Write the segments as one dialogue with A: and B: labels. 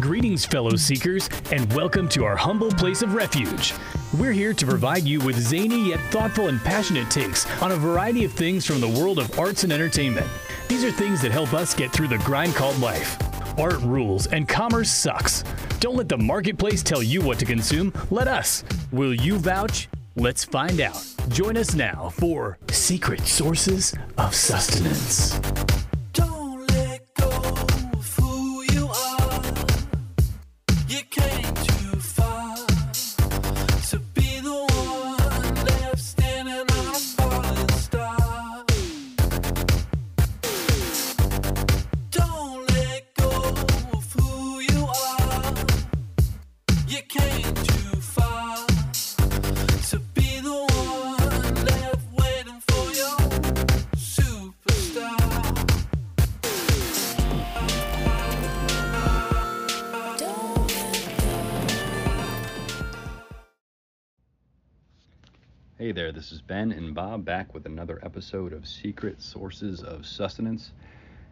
A: Greetings, fellow seekers, and welcome to our humble place of refuge. We're here to provide you with zany yet thoughtful and passionate takes on a variety of things from the world of arts and entertainment. These are things that help us get through the grind called life. Art rules and commerce sucks. Don't let the marketplace tell you what to consume, let us. Will you vouch? Let's find out. Join us now for Secret Sources of Sustenance.
B: Don't let go of who you are. You came too far to be the one left standing on a falling star. Don't let go of who you are. You came too far to be the one left waiting for your superstar.
C: Hey there, this is Ben and Bob back with another episode of Secret Sources of Sustenance.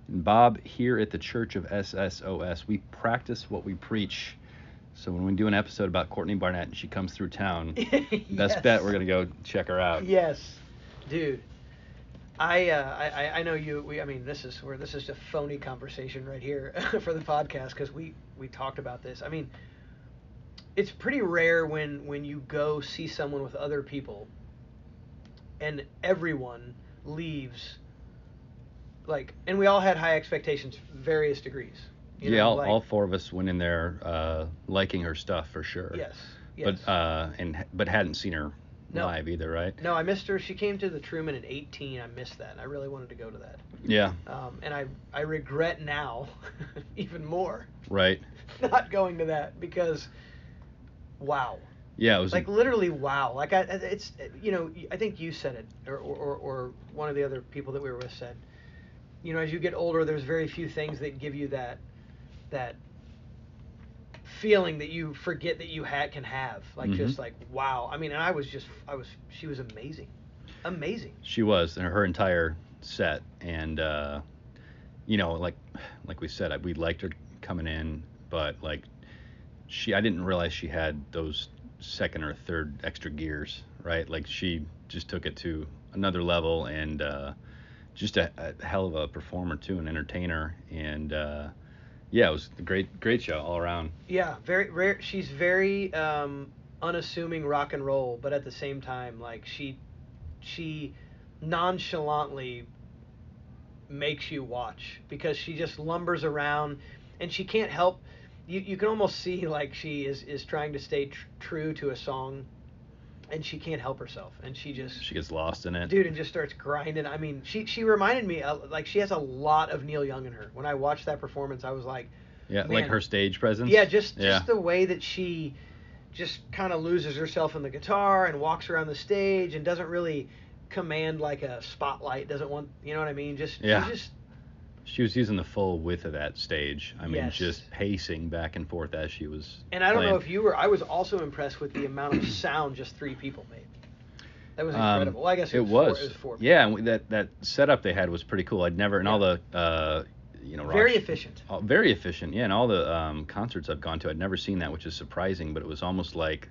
C: And Bob, here at the Church of SSOS, we practice what we preach. So when we do an episode about Courtney Barnett and she comes through town,
D: Yes.
C: best bet we're going to go check her out.
D: Yes, dude. I, uh, I I- I know you. We I mean this is where this is a phony conversation right here for the podcast because we we talked about this. I mean, it's pretty rare when when you go see someone with other people, and everyone leaves. Like, and we all had high expectations, various degrees. you
C: yeah,
D: know,
C: all,
D: like-
C: all four of us went in there uh, liking her stuff for sure.
D: Yes. Yes.
C: But uh, and but hadn't seen her
D: No.
C: live either, right?
D: no, I missed her. She came to the Truman at 18. I missed that. I really wanted to go to that.
C: Yeah,
D: um, and I I regret now even more
C: right.
D: not going to that because wow
C: Yeah, it was
D: like literally wow like I I- it's you know I think you said it or or, or or one of the other people that we were with said you know as you get older there's very few things that give you that that feeling that you forget that you had can have like
C: Mhm.
D: just like wow I mean and I was just I was she was amazing amazing
C: She was, and her entire set, and uh, you know, like like we said, I- we liked her coming in, but like she, I didn't realize she had those second or third extra gears, right? Like she just took it to another level, and uh, just a, a hell of a performer too, an entertainer, and uh, yeah, it was a great great show all around.
D: Yeah, very rare. She's very um, unassuming rock and roll, but at the same time, like she, she nonchalantly makes you watch because she just lumbers around, and she can't help. You you can almost see like she is is trying to stay tr- true to a song, and she can't help herself, and she just
C: She gets lost in it.
D: dude and just starts grinding. I mean, she she reminded me of, like she has a lot of Neil Young in her. When I watched that performance, I was like.
C: yeah, like
D: man.
C: her stage presence.
D: Yeah, just just
C: yeah.
D: the way that she just kind of loses herself in the guitar and walks around the stage and doesn't really command like a spotlight. Doesn't want you know what I mean? Just she's
C: Yeah.
D: just
C: She was using the full width of that stage. I mean,
D: Yes.
C: just pacing back and forth as she was.
D: and I don't know
C: playing.
D: if you were. I was also impressed with the amount of sound just three people made. That was
C: Um,
D: incredible. well, I guess it, was, Four, it was four. people.
C: yeah, and we- that that setup they had was pretty cool. I'd never, and all the, uh, you know, rock
D: Very
C: sh-
D: efficient.
C: all- very efficient. Yeah, and all the um, concerts I've gone to, I'd never seen that, which is surprising. But it was almost like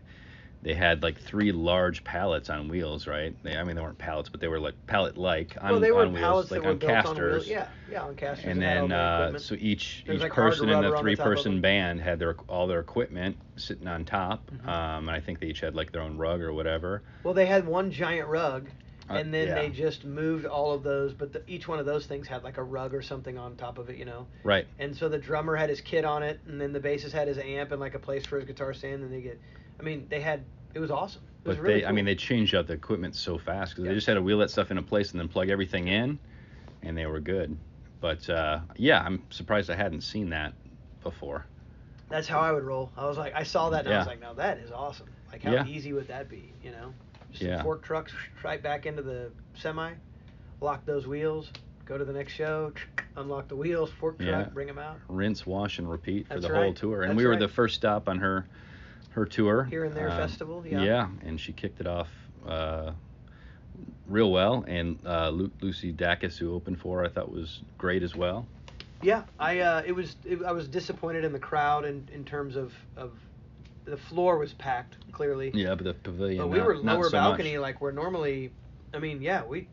C: they had like three large pallets on wheels, right? They, I mean, they weren't pallets, but they were like pallet-like on,
D: well, they were
C: on wheels,
D: pallets
C: like
D: that were
C: on
D: built
C: casters.
D: on wheels. Yeah, yeah, on casters.
C: and
D: had all
C: then
D: the
C: uh,
D: equipment.
C: so each
D: There's,
C: each
D: like, hard
C: person in
D: rubber
C: the
D: on the
C: three
D: top of
C: person
D: them.
C: band had their all their equipment sitting on top
D: Mm-hmm.
C: um, and i think they each had like their own rug or whatever
D: Well, they had one giant rug,
C: Uh,
D: and then they
C: yeah.
D: just moved all of those. But the, each one of those things had like a rug or something on top of it, you know.
C: right
D: And so the drummer had his kit on it, and then the bassist had his amp and like a place for his guitar stand. And they get, I mean, they had it was awesome. It was
C: but
D: really
C: they i mean
D: cool.
C: they changed out the equipment so fast because
D: Yeah.
C: they just had to wheel that stuff into place and then plug everything in and they were good but uh, yeah i'm surprised i hadn't seen that before
D: that's how I would roll. I was like, I saw that, and I was
C: Yeah.
D: like, now that is awesome. Like, how
C: Yeah.
D: easy would that be? You know, just
C: Yeah.
D: fork trucks right back into the semi, lock those wheels, go to the next show, unlock the wheels, fork truck,
C: Yeah.
D: bring them out
C: rinse wash and repeat for
D: That's
C: the whole
D: right.
C: tour and
D: That's
C: we were
D: right.
C: the first stop on her her tour
D: here and there
C: Um,
D: festival. Yeah.
C: Yeah, and she kicked it off uh, real well. And uh, Lu- Lucy Dacus, who opened for her, I thought was great as well.
D: Yeah, I uh, it was it, I was disappointed in the crowd in, in terms of, of the floor was packed clearly.
C: Yeah, but the pavilion.
D: but we
C: not-
D: were
C: not
D: lower
C: so much.
D: balcony like we're normally. I mean, yeah, we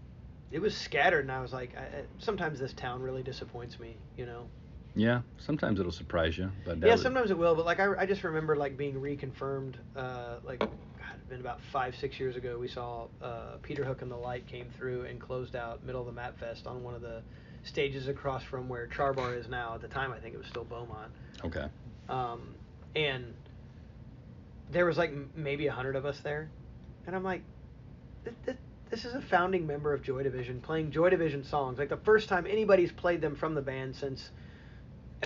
D: it was scattered, and I was like, I, I- sometimes this town really disappoints me, you know.
C: Yeah, sometimes it'll surprise you, but that
D: yeah,
C: was-
D: sometimes it will, but like I, I just remember like being reconfirmed, uh, like God, it'd been about five six years ago. We saw uh, Peter Hook and the Light came through and closed out middle of the Map Fest on one of the stages across from where Charbar is now. At the time, I think it was still Beaumont,
C: okay.
D: um, and there was like m- maybe a hundred of us there, and I'm like, "Th- th- this is a founding member of Joy Division playing Joy Division songs, like the first time anybody's played them from the band since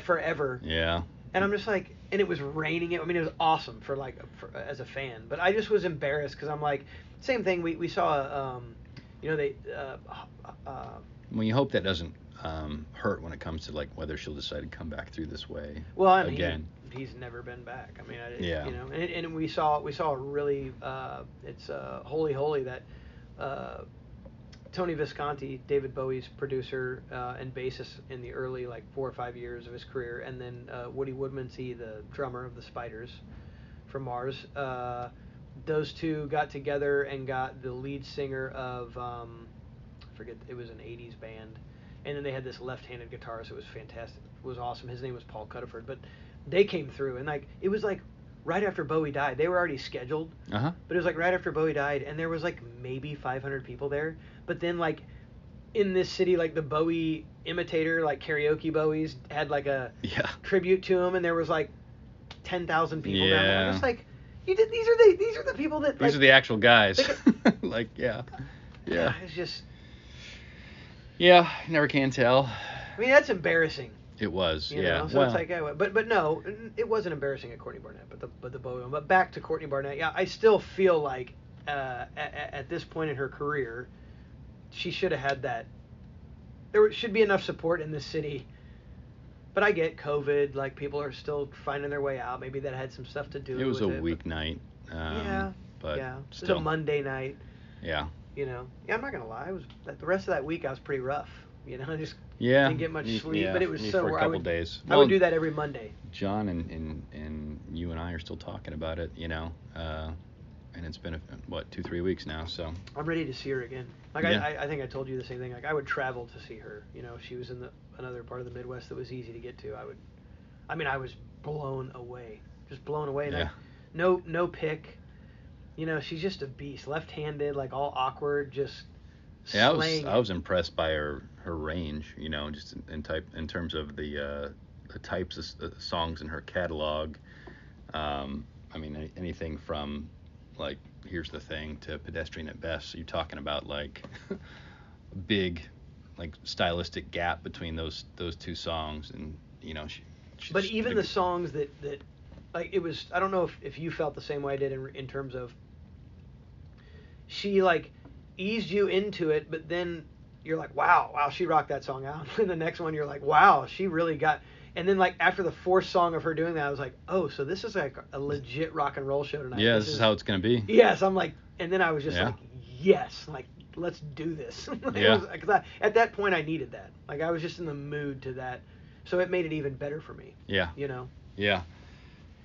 D: forever
C: Yeah.
D: and I'm just like, and it was raining. It. I mean, it was awesome for like for, as a fan, but I just was embarrassed because I'm like, same thing. We we saw, um, you know, they, uh, uh,
C: Well, you hope that doesn't um, hurt when it comes to like whether she'll decide to come back through this way.
D: well, I mean,
C: again.
D: he's never been back. I mean, I,
C: Yeah.
D: you know, and, and we saw we saw a really, uh, it's uh, holy holy that. Uh, Tony Visconti, David Bowie's producer uh, and bassist in the early like four or five years of his career, and then uh, Woody Woodmansee, the drummer of the Spiders from Mars. Uh, those two got together and got the lead singer of um, I forget it was an '80s band, and then they had this left-handed guitarist. It was fantastic. It was awesome. His name was Paul Cuddiford, but they came through and like it was like right after Bowie died. They were already scheduled.
C: Uh huh.
D: But it was like right after Bowie died, and there was like maybe 500 people there. But then like in this city, like the Bowie imitator, like karaoke Bowies, had like a
C: Yeah.
D: tribute to him, and there was like 10,000 people down there. I'm
C: Yeah.
D: just like, you did. These are the these are the people that.
C: These
D: like-
C: are the actual guys.
D: Like-
C: like yeah. Yeah.
D: It's just.
C: Yeah. Never can tell.
D: I mean, that's embarrassing.
C: It was.
D: You
C: yeah.
D: Know? So
C: well,
D: it's like, I, but but no, it wasn't embarrassing at Courtney Barnett, but the but the Bowie one. But back to Courtney Barnett. Yeah, I still feel like uh, at, at this point in her career, she should have had that. There should be enough support in this city. But I get COVID. Like people are still finding their way out. Maybe that had some stuff to do.
C: it was a
D: with it, but-
C: weeknight. Um,
D: yeah.
C: But
D: yeah. It
C: still.
D: was a Monday night.
C: Yeah.
D: You know. Yeah, I'm not gonna lie. I was that, the rest of that week I was pretty rough. You know, I just
C: Yeah.
D: didn't get much
C: y-
D: sleep,
C: yeah,
D: but it was
C: y-
D: so.
C: for a
D: wor- I
C: couple
D: would,
C: days.
D: I
C: Well,
D: would do that every Monday.
C: John and, and and you and I are still talking about it, you know, uh, and it's been a, what two three weeks now. So
D: I'm ready to see her again. Like
C: Yeah.
D: I, I, I think I told you the same thing. Like I would travel to see her. You know, if she was in the another part of the Midwest that was easy to get to. I would. I mean, I was blown away, just blown away. Like,
C: Yeah.
D: No, no pick. You know, she's just a beast. Left-handed, like all awkward, just.
C: yeah, I was
D: slaying
C: I
D: it.
C: was impressed by her her range, you know, just in, in type in terms of the uh, the types of s- uh, songs in her catalog. Um, I mean, any- anything from like here's the thing to pedestrian at best. So you're talking about like big like stylistic gap between those those two songs, and you know she. she
D: but
C: she
D: even
C: did a-
D: the songs that that like it was i don't know if, if you felt the same way i did in, in terms of she like eased you into it but then you're like wow wow she rocked that song out and the next one you're like wow she really got and then like after the fourth song of her doing that i was like oh so this is like a legit rock and roll show tonight
C: yeah, this is how it's gonna be.
D: yes i'm like and then i was just
C: Yeah.
D: like yes like let's do this It
C: Yeah.
D: was- 'cause I, at that point i needed that like i was just in the mood to that so it made it even better for me
C: Yeah,
D: you know
C: yeah.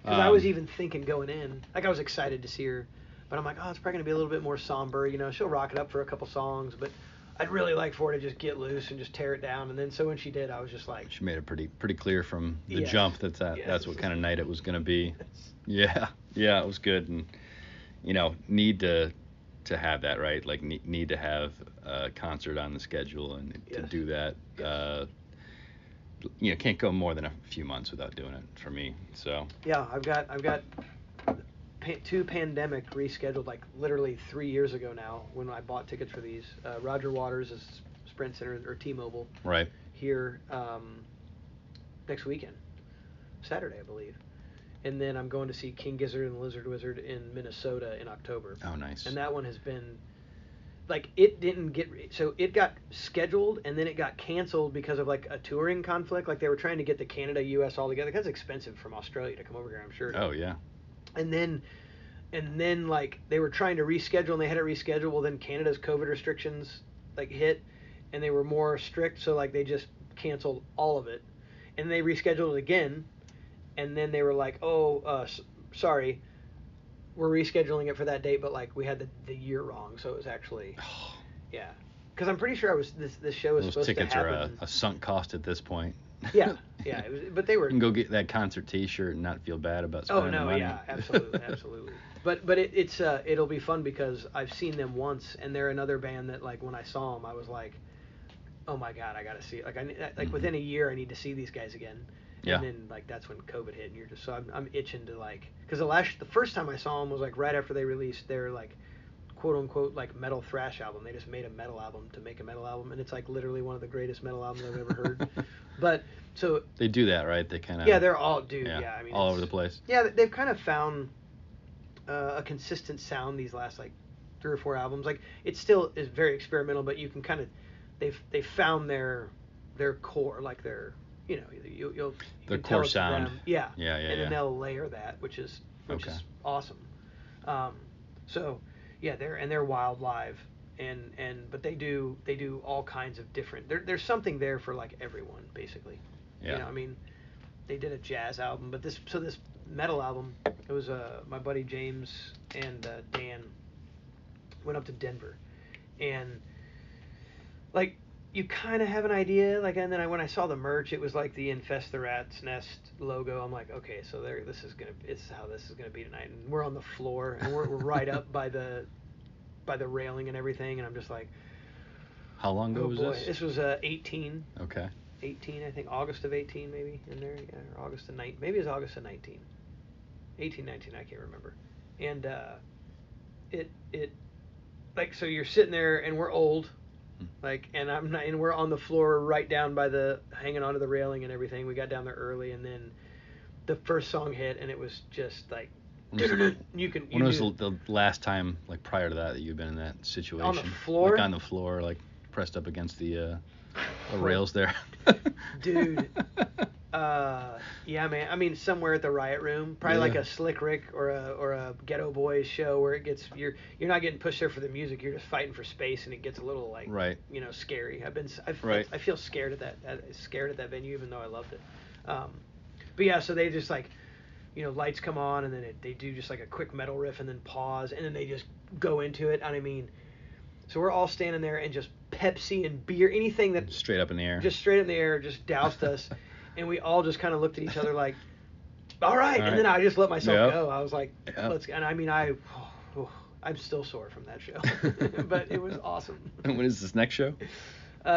D: because I was
C: Um,
D: even thinking going in, like I was excited to see her, but I'm like, oh, it's probably gonna be a little bit more somber. You know, she'll rock it up for a couple songs, but I'd really like for her to just get loose and just tear it down. And then so when she did, I was just like,
C: She made it pretty pretty clear from the
D: Yes.
C: jump that, that
D: Yes.
C: that's what kind of night it was going to be. Yeah, yeah, it was good, and you know, need to to have that right, like ne- need to have a concert on the schedule, and to
D: Yes.
C: do that, uh, you know, can't go more than a few months without doing it for me. So
D: yeah, I've got I've got pa- two pandemic rescheduled like literally three years ago now when I bought tickets for these. Uh, Roger Waters is Sprint Center or T-Mobile
C: right,
D: here um, next weekend, Saturday, I believe. And then I'm going to see King Gizzard and Lizard Wizard in Minnesota in October.
C: oh nice,
D: And that one has been like it didn't get so it got scheduled and then it got canceled because of like a touring conflict. Like they were trying to get the Canada U.S. all together. 'cause That's expensive from Australia to come over here, I'm sure.
C: oh yeah,
D: And then and then like they were trying to reschedule and they had it rescheduled. Well, then Canada's COVID restrictions like hit and they were more strict, so like they just canceled all of it. and they rescheduled it again, and then they were like, "Oh, uh, s- sorry, we're rescheduling it for that date, but like we had the, the year wrong, so it was actually yeah." Because I'm pretty sure I was this this show was
C: Those
D: supposed
C: tickets
D: to
C: are uh,
D: happen.
C: a, a sunk cost at this point.
D: yeah, yeah, it was, but they were
C: You can go get that concert T-shirt and not feel bad about
D: Oh
C: spending the
D: no,
C: money.
D: yeah, absolutely, absolutely. But but it, it's uh, it'll be fun because I've seen them once, and they're another band that like when I saw them, I was like, oh my god, I gotta see it. Like I ne- like within a year, I need to see these guys again.
C: Yeah.
D: And then like that's when COVID hit, and you're just so I'm, I'm itching to like because the last the first time I saw them was like right after they released their like quote unquote like metal thrash album. They just made a metal album to make a metal album, and it's like literally one of the greatest metal albums I've ever heard. but so
C: They do that, right? They kind of
D: yeah, they're all dude. Yeah,
C: yeah,
D: I mean
C: all
D: it's-
C: over the place.
D: yeah, th- they've kind of found uh, a consistent sound these last like three or four albums. Like it still is very experimental, but you can kind of they've they've found their their core, like their you know you, you'll you
C: Their
D: can tell
C: core
D: it's
C: sound.
D: them. Yeah,
C: Yeah, yeah,
D: and
C: yeah.
D: then they'll layer that, which is which
C: Okay.
D: is awesome. Um, so yeah, they're and they're wild live. And, and but they do they do all kinds of different there, there's something there for like everyone basically
C: Yeah.
D: you know, I mean, they did a jazz album, but this so this metal album. It was uh, my buddy James and uh, Dan went up to Denver, and like you kind of have an idea. Like and then I, when I saw the merch, it was like the infest the rat's nest logo. I'm like, okay, so there this is gonna it's how this is gonna be tonight. And we're on the floor and we're, we're right up by the by the railing and everything, and I'm just like,
C: How long ago
D: oh
C: was
D: boy,
C: this?
D: this was uh, 18.
C: Okay.
D: 18, I think August of 18, maybe in there, yeah, or August of 19, maybe it was August of 19, 18, 19, I can't remember. And uh, it it like so you're sitting there and we're old,
C: Hmm.
D: like and I'm not, and we're on the floor right down by the hanging onto the railing and everything. We got down there early and then the first song hit and it was just like
C: When was-
D: you can you
C: When was
D: do-
C: the, the last time, like prior to that, that you've been in that situation?
D: floor?
C: Like on the floor, like pressed up against the, uh, the rails there.
D: dude. Uh, yeah, man. I mean, somewhere at the Riot Room, probably like
C: Yeah.
D: a Slick Rick or a or a Ghetto Boys show where it gets you're you're not getting pushed there for the music. You're just fighting for space, and it gets a little like
C: Right.
D: you know scary. I've been s- I feel,
C: Right.
D: I feel scared at that at, scared at that venue, even though I loved it. Um, but yeah, so they just like you know lights come on, and then it, they do just like a quick metal riff, and then pause, and then they just go into it. And I mean, so we're all standing there and just Pepsi and beer, anything that
C: Straight up in the air.
D: just straight in the air, just doused us, and we all just kind of looked at each other like, "All right."
C: All
D: And then
C: right.
D: I just let myself
C: Yeah.
D: go. I was like,
C: Yeah.
D: "Let's." And I mean, I, I'm still sore from that show, but it was awesome.
C: When is this next show?
D: Uh,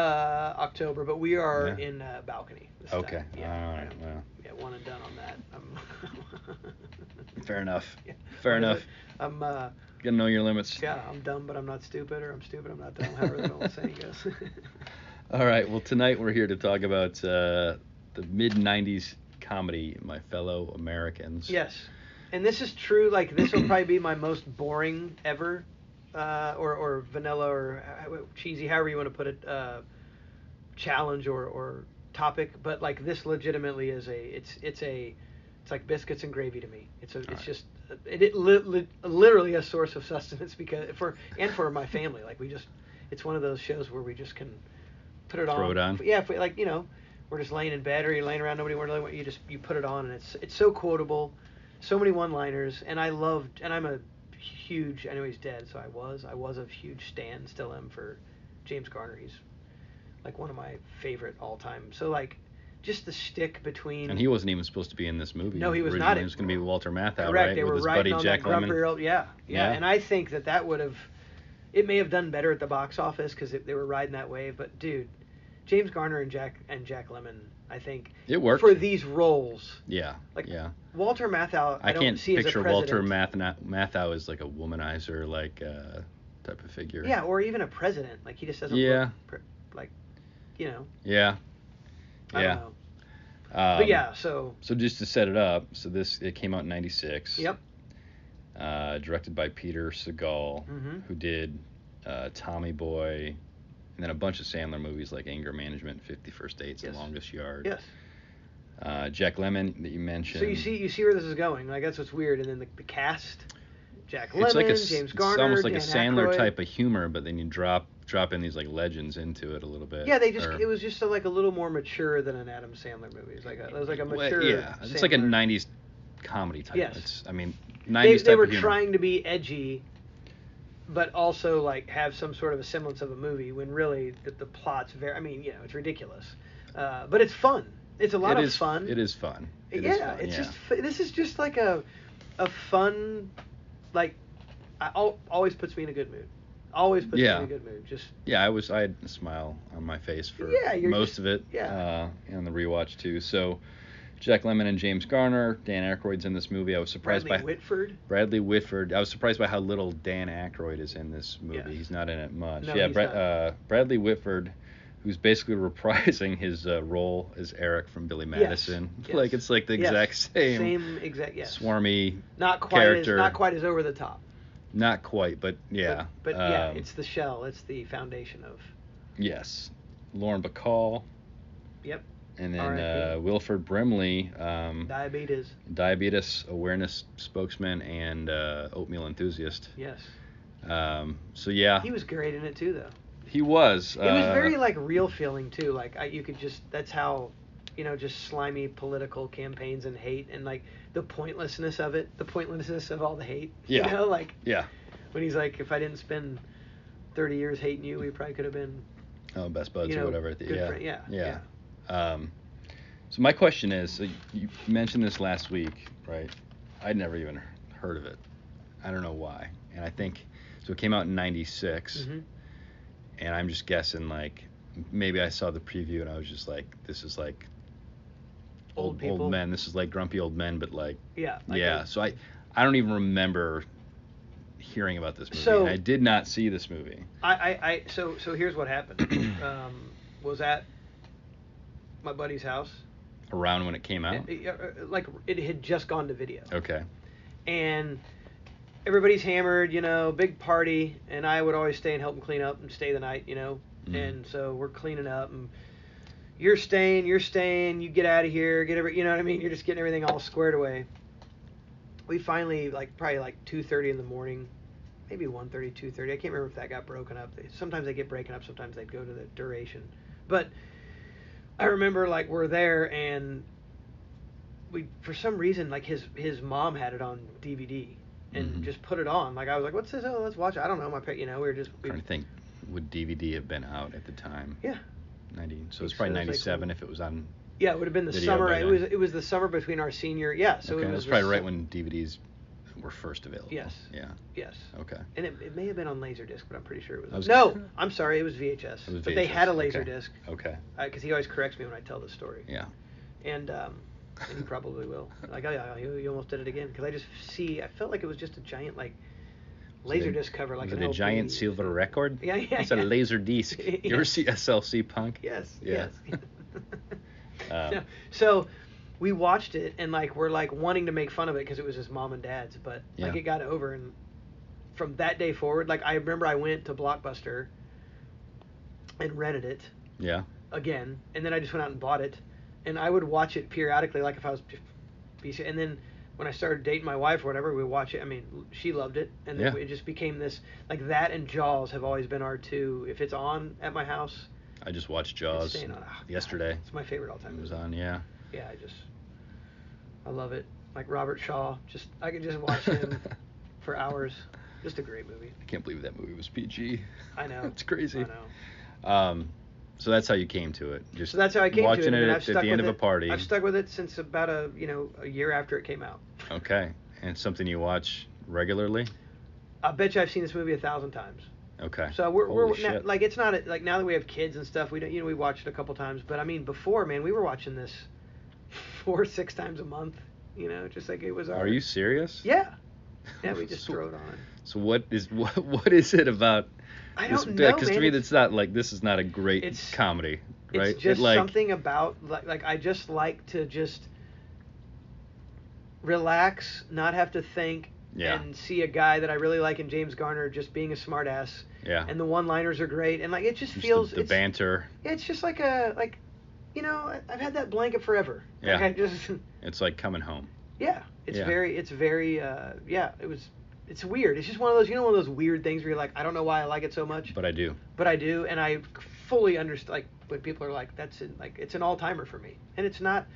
D: October, but we are
C: Yeah.
D: in uh, balcony. This
C: Okay,
D: Time. Yeah.
C: all right,
D: Yeah.
C: wow.
D: Yeah, one and done on that. I'm
C: Fair enough.
D: Yeah.
C: Fair
D: What is
C: enough.
D: it? I'm uh,
C: Gotta know your limits.
D: yeah, I'm dumb, but I'm not stupid, or I'm stupid, I'm not dumb. However the old saying goes.
C: All right. Well, tonight we're here to talk about uh, the mid '90s comedy, My Fellow Americans.
D: Yes, and this is true. Like this will probably be my most boring ever, uh, or or vanilla or ho- cheesy, however you want to put it, uh, challenge or or topic. But like this legitimately is a it's it's a it's like biscuits and gravy to me. It's a it's
C: right.
D: just it, it li- li- literally a source of sustenance because for and for my family. Like we just it's one of those shows where we just can put it
C: Throw
D: on.
C: it on.
D: Yeah, if we like you know we're just laying in bed or you're laying around nobody really want you just you put it on and it's it's so quotable so many one-liners, and I loved, and I'm a huge. I know he's dead, so I was. I was a huge stan, still am for James Garner. He's like one of my favorite all-time. So like, just the stick between.
C: And he wasn't even supposed to be in this movie.
D: No, he was
C: Originally,
D: not.
C: It was gonna be Walter Matthau,
D: correct.
C: right?
D: They
C: With
D: were
C: his buddy
D: riding on
C: Jack
D: that grumpy
C: Lemmon.
D: old- yeah, yeah,
C: Yeah.
D: and I think that that would have. It may have done better at the box office because they were riding that wave, but dude, James Garner and Jack and Jack Lemmon, I think
C: It worked.
D: for these roles.
C: Yeah.
D: Like,
C: yeah.
D: Walter Matthau, I,
C: I,
D: don't
C: can't
D: see as a
C: picture Walter
D: president.
C: Mathna- Matthau as like a womanizer, like uh, type of figure.
D: Yeah, or even a president. Like he just doesn't
C: Yeah.
D: look pr- like, you know.
C: Yeah.
D: I
C: Yeah.
D: don't know.
C: Um,
D: but yeah, so
C: So just to set it up, so this it came out in '96.
D: yep.
C: Uh, directed by Peter Segal,
D: Mhm.
C: who did uh, Tommy Boy, and then a bunch of Sandler movies like Anger Management, Fifty First Dates,
D: Yes.
C: The Longest Yard.
D: Yes.
C: Uh, Jack Lemmon that you mentioned.
D: So you see, you see where this is going. Like that's what's weird. And then the, the cast, Jack
C: it's
D: Lemmon,
C: like a s-
D: James
C: it's
D: Garner,
C: almost like
D: Dan
C: a Sandler
D: Aykroyd.
C: type of humor, but then you drop dropping these like legends into it a little bit.
D: Yeah, they just
C: or-
D: it was just a, like a little more mature than an Adam Sandler movie. It's like a, it was like a
C: Well,
D: mature.
C: yeah, it's like a
D: Sandler.
C: '90s comedy type.
D: Yes.
C: It's, I mean, '90s
D: They,
C: type
D: they were
C: of humor.
D: trying to be edgy, but also like have some sort of a semblance of a movie when really the, the plot's very. I mean, you know, it's ridiculous, uh, but it's fun. It's a lot
C: It
D: of
C: is-
D: fun.
C: It is fun. It
D: yeah,
C: is fun,
D: it's
C: yeah.
D: just f- this is just like a a fun, like, I, al- always puts me in a good mood. Always puts
C: Yeah.
D: me in a good mood. Just
C: Yeah, I was. I had a smile on my face for
D: Yeah, you're
C: most
D: just-
C: of it.
D: yeah.
C: Uh, on the rewatch too. So, Jack Lemmon and James Garner, Dan Aykroyd's in this movie. I was surprised
D: Bradley
C: by
D: Whitford.
C: Bradley Whitford. I was surprised by how little Dan Aykroyd is in this movie.
D: Yes.
C: He's not in it much.
D: No,
C: yeah,
D: he's
C: Bra-
D: not.
C: Uh, Bradley Whitford, who's basically reprising his uh, role as Eric from Billy
D: Yes,
C: Madison.
D: yes.
C: Like it's like the
D: Yes,
C: exact same,
D: Same exact. Yes.
C: swarmy.
D: not quite
C: character.
D: as not quite as over the top.
C: Not quite, but yeah.
D: But, but yeah,
C: um,
D: it's the shell. It's the foundation of.
C: yes. Lauren Bacall.
D: Yep.
C: And then
D: R.I.P..
C: uh, Wilford Brimley, um,
D: Diabetes.
C: diabetes awareness spokesman and uh, oatmeal enthusiast.
D: Yes.
C: Um, so yeah,
D: He was great in it too, though.
C: he was.
D: It was
C: uh,
D: very like real feeling too. Like I, you could just that's how, you know, just slimy political campaigns and hate and like the pointlessness of it, the pointlessness of all the hate.
C: Yeah.
D: You know, like
C: yeah.
D: when he's like, if I didn't spend. 30 years hating you, we probably could have been.
C: Oh, best buds
D: You know,
C: or whatever. at the-
D: good
C: yeah.
D: friend- yeah,
C: yeah. Um, so my question is, so you- you mentioned this last week, right? I'd never even heard of it. I don't know why. And I think so. It came out in '96,
D: Mhm.
C: and I'm just guessing. Like maybe I saw the preview and I was just like, this is like
D: Old people.
C: old men. This is like grumpy old men, but like
D: Yeah. like
C: yeah,
D: a-
C: so I, I don't even remember hearing about this movie.
D: So-
C: and I did not see this movie.
D: I, I, I so so here's what happened. um, was at my buddy's house.
C: Around when it came out.
D: It- it- uh, like it had just gone to video,
C: Okay.
D: and everybody's hammered. You know, big party, and I would always stay and help them clean up and stay the night. You know,
C: Mhm.
D: and so we're cleaning up and. You're staying, you're staying, you get out of here, get every, you know what I mean? You're just getting everything all squared away. We finally, like, probably like 2.30 in the morning, maybe 1.30 2.30 i can't remember if that got broken up they, sometimes they get broken up sometimes they go to the duration but i remember like we're there and we for some reason like his his mom had it on dvd and
C: Mhm.
D: just put it on like i was like what's this oh let's watch it i don't know my pa- you know we were just we,
C: I'm trying to think, would DVD have been out at the time?
D: yeah
C: 90. So it's
D: So
C: probably
D: it's like-
C: 97 if it was on.
D: yeah it would have been the
C: Video
D: summer
C: by
D: it
C: then.
D: was it was the summer between our senior yeah so
C: okay,
D: it
C: that's
D: was the
C: probably right
D: su-
C: when DVDs were first available.
D: Yes.
C: Yeah.
D: yes
C: Okay.
D: and it, it may have been on laserdisc but i'm pretty sure it was,
C: I was-
D: no i'm sorry it was
C: It
D: vhs
C: was
D: but they
C: VHS,
D: had a
C: okay.
D: laserdisc
C: Okay.
D: because he always corrects me when I tell the story.
C: Yeah.
D: And um, and he probably will. Like, oh yeah, you, you almost did it again. Because I just see, I felt like it was just a giant like
C: Was it a-
D: laser disc cover, like
C: was
D: an
C: it a
D: LP.
C: giant silver record?
D: Yeah, yeah,
C: It's a
D: yeah.
C: laser disc. You
D: Yeah.
C: ever see SLC Punk?
D: Yes.
C: Yeah.
D: Yes.
C: Um,
D: No, So we watched it and like we're like wanting to make fun of it because it was his mom and dad's, but like
C: Yeah.
D: it got over and from that day forward, like I remember I went to Blockbuster and rented it.
C: Yeah.
D: again, and then I just went out and bought it, and I would watch it periodically, like if I was just PC. And then when I started dating my wife or whatever, we would watch it. I mean, l- she loved it, and then
C: Yeah.
D: it just became this like that and Jaws have always been our two. If it's on at my house,
C: I just watched
D: it's
C: Jaws
D: staying on. Oh, God,
C: yesterday.
D: it's my favorite all time.
C: It was
D: movie.
C: on, yeah.
D: Yeah, I just I love it. Like Robert Shaw, just I could just watch him for hours. Just a great movie.
C: I can't believe that movie was PG.
D: I know.
C: it's crazy.
D: Oh, I know.
C: Um, so that's how you came to it. Just
D: So that's how I came
C: watching
D: to it.
C: it
D: and
C: at,
D: I've
C: at
D: stuck
C: the end
D: with
C: of a
D: it.
C: party.
D: I've stuck with it since about a you know a year after it came out.
C: Okay, and it's something you watch regularly.
D: I bet you I've seen this movie a thousand times.
C: Okay.
D: So we're,
C: Holy
D: we're
C: shit.
D: now, like it's not like now that we have kids and stuff, we don't you know we watched it a couple times, but I mean before man, we were watching this four six times a month, you know, just like it was our
C: Are you serious?
D: Yeah. Yeah, we just
C: So-
D: throw it on.
C: So what is what what is it about
D: I
C: this
D: don't know,
C: Because to
D: man.
C: me,
D: It's-
C: that's not like this is not a great
D: It's-
C: comedy, right?
D: It's just
C: it, like,
D: something about like like I just like to just relax, not have to think
C: Yeah.
D: and see a guy that I really like in James Garner just being a smartass.
C: Yeah.
D: And the one-liners are great and like it just,
C: Just the-
D: feels
C: the,
D: it's,
C: banter.
D: Yeah, it's just like a like, you know, I- I've had that blanket forever.
C: Yeah.
D: Like I just,
C: It's like coming home.
D: yeah, it's
C: Yeah.
D: very, it's very, uh, yeah, it was, it's weird. It's just one of those, you know, one of those weird things where you're like, I don't know why I like it so much,
C: but I do.
D: but I do, and I fully understand. Like when people are like, that's an, like it's an all timer for me, and it's not,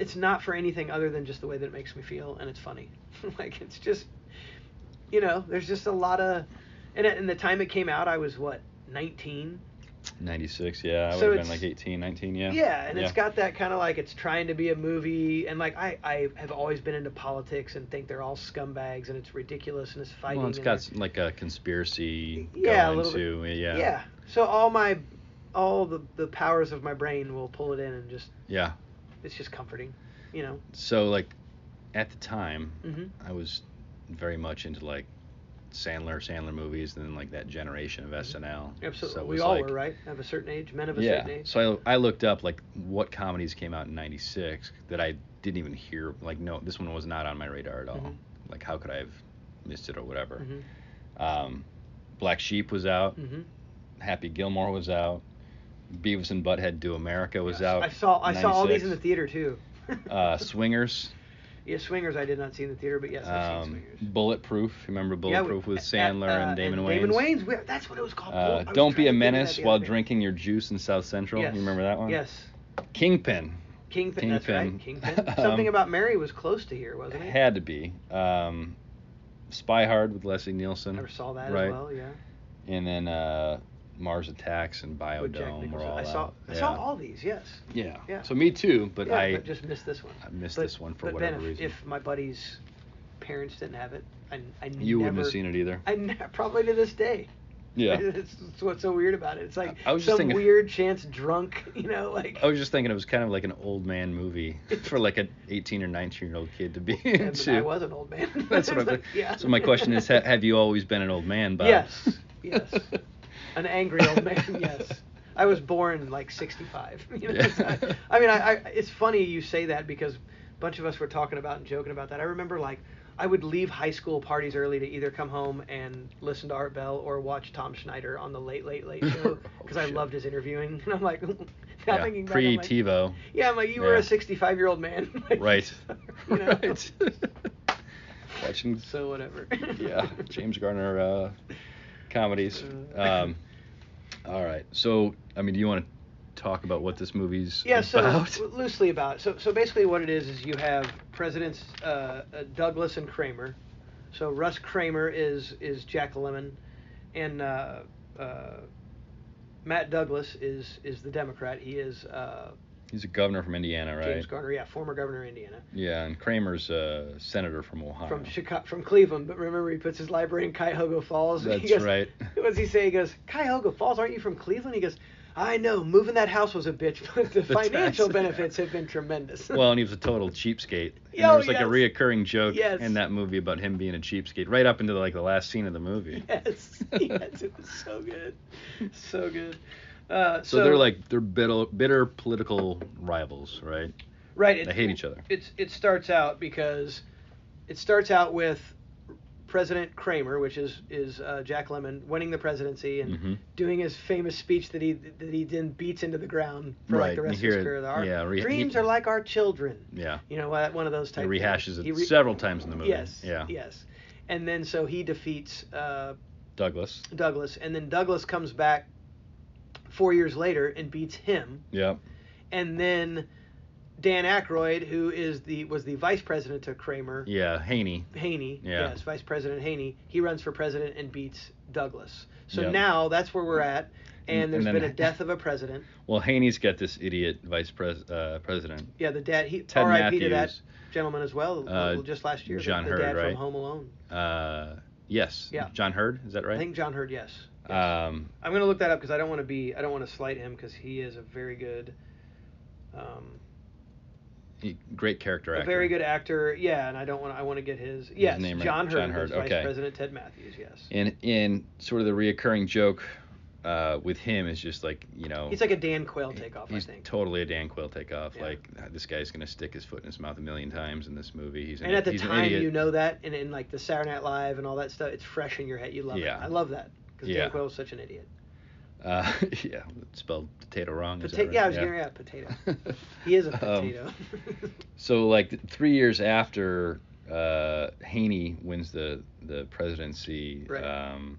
D: it's not for anything other than just the way that it makes me feel, and it's funny. like it's just, you know, there's just a lot of, and at- and the time it came out, I was what 19.
C: 96, yeah. I
D: So
C: would have
D: it's-
C: been like 18, 19, yeah.
D: Yeah, and it's got that kind of like it's trying to be a movie, and like I, I have always been into politics and think they're all scumbags and it's ridiculous and it's fighting.
C: Well, it's
D: and
C: got
D: they're-
C: s- like a conspiracy
D: Yeah, a
C: going
D: little bit.
C: to yeah.
D: yeah. So all my, all the the powers of my brain will pull it in and just
C: Yeah.
D: it's just comforting, you know.
C: So like at the time,
D: Mhm.
C: I was very much into like Sandler, Sandler movies, and then like that generation of SNL.
D: Absolutely,
C: So it
D: we
C: was,
D: all
C: like-
D: were right of a certain age, men of a
C: Yeah.
D: certain age.
C: So I, I looked up like what comedies came out in '96 that I didn't even hear. Like no, this one was not on my radar at all.
D: Mhm.
C: Like how could I have missed it or whatever?
D: hmm
C: Um, Black Sheep was out.
D: hmm
C: Happy Gilmore was out. Beavis and Butthead Do America was out.
D: I saw I saw all these in the
C: 96.
D: theater too.
C: Uh, Swingers.
D: yeah, Swingers I did not see in the theater, but yes, I've
C: um,
D: seen Swingers.
C: Bulletproof. Remember
D: Yeah, we-
C: Bulletproof with
D: at-
C: Sandler
D: uh,
C: and Damon Wayans.
D: Damon Wayans, we- that's what it was called. Bull- I
C: Uh,
D: was
C: Don't be a
D: trying to think of that
C: menace
D: the
C: while
D: other day.
C: drinking your juice in South Central.
D: Yes.
C: You remember that one?
D: Yes.
C: Kingpin
D: Kingpin, that's right.
C: Kingpin.
D: Kingpin. Something
C: Um,
D: about Mary was close to here, wasn't it?
C: had to be. Um, Spy Hard with Leslie Nielsen.
D: Never saw that
C: right.
D: as well, yeah.
C: And then uh, Mars Attacks and
D: With Jack
C: Biodome were
D: Nicholson.
C: all
D: I saw
C: out.
D: I
C: yeah.
D: saw all these, yes.
C: Yeah.
D: yeah.
C: So me too, but
D: Yeah,
C: I
D: just missed this one.
C: I missed
D: But-
C: this one for
D: but
C: whatever
D: ben, if,
C: reason.
D: If my buddy's parents didn't have it, I, I
C: you
D: never,
C: wouldn't have seen it either.
D: I ne- probably to this day.
C: yeah.
D: That's that's what's so weird about it. It's like
C: I was just
D: some
C: thinking- Oh,
D: weird chance drunk, you know, like
C: I was just thinking it was kind of like an old man movie for like an 18 or 19 year old kid to be
D: and
C: into.
D: I was an old man.
C: That's what I
D: It's
C: was like.
D: like, yeah.
C: So my question is, ha- have you always been an old man, Bob?
D: Yes. Yes. An angry old man, yes. I was born like 65. You know,
C: Yeah.
D: it's not- I mean, I, I, it's funny you say that because a bunch of us were talking about and joking about that. I remember like I would leave high school parties early to either come home and listen to Art Bell or watch Tom Schneider on the Late Late Late Show
C: Oh,
D: because I
C: shit.
D: loved his interviewing. And I'm like, now
C: Yeah,
D: thinking back, I'm
C: Pre
D: like,
C: TiVo.
D: yeah, I'm like you were
C: Yeah.
D: a 65 year old man.
C: Right.
D: You know?
C: Right. Watching.
D: So whatever.
C: Yeah. James Garner uh, comedies.
D: Uh.
C: Um, all right. So I mean, do you want to talk about what this movie's
D: Yeah, so
C: about?
D: w- loosely about. So, so basically, what it is is you have presidents uh, uh, Douglas and Kramer. So Russ Kramer is is Jack Lemon, and uh, uh, Matt Douglas is is the Democrat. He is uh,
C: He's a governor from Indiana, right?
D: James Garner, yeah, former governor of Indiana,
C: Yeah, and Kramer's a senator from Ohio.
D: from Chicago, from Cleveland. But remember, he puts his library in Cuyahoga Falls. and he
C: That's
D: goes-
C: right.
D: What does he say? He goes, Cuyahoga Falls, aren't you from Cleveland? He goes, I know, moving that house was a bitch, but the,
C: The
D: financial
C: tax-
D: benefits have been tremendous.
C: Well, and he was a total cheapskate. And
D: Oh,
C: there was like a
D: yes.
C: reoccurring joke
D: Yes.
C: in that movie about him being a cheapskate, right up into like the last scene of the movie.
D: yes, yes, it was so good, so good. Uh,
C: So, they're like they're bitter, bitter political rivals, right?
D: right.
C: They hate each other.
D: It's it starts out because it starts out with President Kramer, which is is uh, Jack Lemon winning the presidency and
C: Mhm.
D: doing his famous speech that he that he then beats into the ground for
C: Right,
D: like the
C: you
D: rest of
C: hear
D: his
C: it-
D: career. Our
C: yeah, re- he-
D: dreams are like our children.
C: Yeah.
D: You know, uh, one of those
C: He
D: type.
C: rehashes
D: things.
C: it
D: He re-
C: several times in the movie.
D: Yes.
C: Yeah.
D: Yes. And then so he defeats uh,
C: Douglas.
D: Douglas, and then Douglas comes back four years later and beats him,
C: Yeah.
D: and then Dan Aykroyd, who is the was the vice president to Kramer,
C: Yeah. Haney.
D: Haney,
C: Yeah.
D: yes, Vice President Haney, he runs for president and beats Douglas. So
C: Yeah.
D: now that's where we're at, and
C: And-
D: there's
C: and then-
D: been a death of a president.
C: Well, Haney's got this idiot vice pres- uh, president.
D: Yeah, the dad. He
C: Ted
D: R.I.P. to that
C: Matthews.
D: gentleman as well.
C: Uh,
D: well, just last year, the-
C: John
D: the,
C: Hurd,
D: dad
C: right?
D: from Home Alone.
C: Uh, yes.
D: Yeah.
C: John Hurd. Is that right?
D: I think John Hurd. Yes.
C: Um,
D: I'm gonna look that up because I don't want to be I don't want to slight him because he is a very good, um,
C: he- great character
D: a
C: actor.
D: very good actor. Yeah, and I don't want I want to get his yes
C: name right-
D: John Hurd,
C: John Hurd,
D: was Vice
C: okay.
D: President Ted Matthews. Yes,
C: And in sort of the reoccurring joke uh, with him is just like you know.
D: he's like a Dan Quayle takeoff.
C: He's
D: I think.
C: totally a Dan Quayle takeoff.
D: Yeah.
C: Like ah, this guy's gonna stick his foot in his mouth a million times in this movie. He's an,
D: and at the
C: he's an
D: time
C: idiot.
D: you know that, and in like the Saturday Night Live and all that stuff, it's fresh in your head. You love
C: Yeah.
D: it. I love that because
C: Yeah.
D: Dan Quayle is such an idiot.
C: Uh, yeah, spelled potato wrong. is that right?
D: Potato.
C: Um,
D: Yeah, I was gonna yeah potato. He is a potato.
C: So like th- three years after uh, uh, Haney wins the the presidency,
D: Right.
C: um,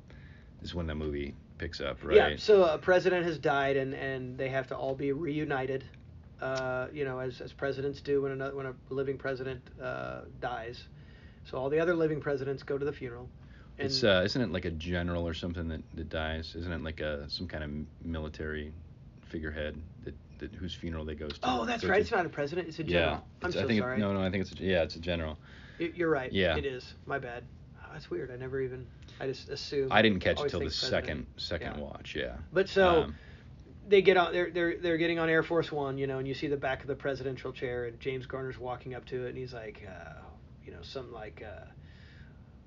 C: is when the movie picks up, right?
D: Yeah, so a president has died, and, and they have to all be reunited, uh, you know, as, as presidents do when another when a living president uh, dies. So all the other living presidents go to the funeral. And
C: it's uh, isn't it like a general or something that, that dies? Isn't it like a some kind of military figurehead that, that whose funeral they goes to?
D: oh, that's
C: So
D: right.
C: It's
D: It's
C: a,
D: not a president. It's a
C: yeah,
D: general. I'm
C: it's-
D: so
C: I think it-
D: sorry.
C: no, no, I think it's a, yeah, it's a general.
D: Y- You're right.
C: Yeah.
D: It is. My bad. Oh, that's weird. I never even. I just assumed.
C: I didn't catch it
D: always
C: till the
D: think president.
C: second second
D: Yeah.
C: watch. Yeah.
D: But so
C: Um,
D: they get on. They're they're they're getting on Air Force One, you know, and you see the back of the presidential chair, and James Garner's walking up to it, and he's like, uh, you know, something like, uh,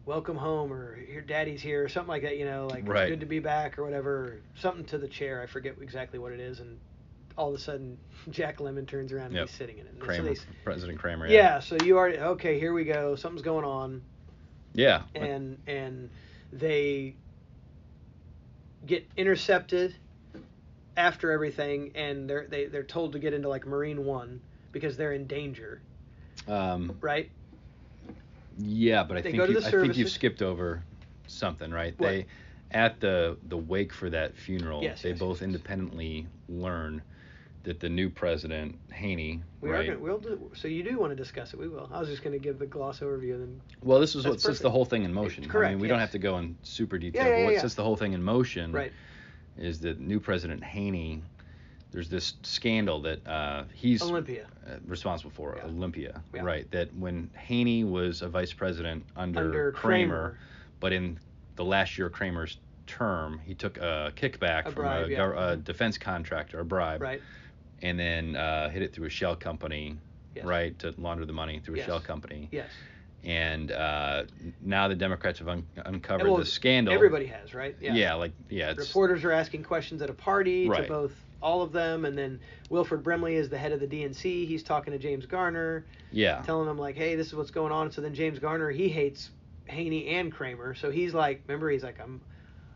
D: "Welcome home," or "Your daddy's here," or something like that, you know, like
C: Right.
D: "It's "Good to be back," or whatever, something to the chair. I forget exactly what it is, and all of a sudden, Jack Lemon turns around and
C: Yep.
D: he's sitting in it. And so
C: Kramer,
D: they-
C: President Kramer.
D: yeah. So you already okay? Here we go. Something's going on
C: Yeah. Like-
D: and and they get intercepted after everything and they're they, they're told to get into like marine one because they're in danger
C: um,
D: right
C: Yeah, but I
D: They
C: think
D: go to
C: you,
D: the
C: I think you've
D: services-
C: skipped over something, right?
D: What?
C: They at the the wake for that funeral,
D: Yes,
C: they
D: yes,
C: both
D: yes, yes.
C: independently learn that the new president Haney,
D: we
C: right?
D: are gonna, we'll do, so you do want to discuss it we will i was just going to give the gloss overview and then
C: well, this is
D: That's
C: what sets the
D: perfect.
C: whole thing in motion. I
D: correct,
C: mean, we don't
D: yes.
C: have to go in super detail.
D: yeah,
C: but what
D: yeah.
C: sets the whole thing in motion
D: right
C: is that new president Haney. There's this scandal that uh, he's
D: olympia
C: uh, responsible for
D: Yeah.
C: Olympia,
D: Yeah.
C: right? That when Haney was a vice president under,
D: Under Kramer.
C: but in the last year of Kramer's term, he took a kickback
D: A
C: from
D: bribe,
C: a,
D: yeah.
C: gov- a defense contractor, a bribe,
D: right
C: and then uh, hit it through a shell company,
D: Yes.
C: right, to launder the money through
D: Yes.
C: a shell company.
D: yes
C: And uh, now the Democrats have un- uncovered
D: Well,
C: the scandal.
D: everybody has right
C: yeah. like yeah, it's
D: reporters are asking questions at a party
C: Right.
D: to both all of them and then wilfred brimley is the head of the dnc he's talking to james garner
C: yeah,
D: telling him like, hey, this is what's going on. So then James Garner, he hates Haney and Kramer, so he's like, remember, he's like, I'm,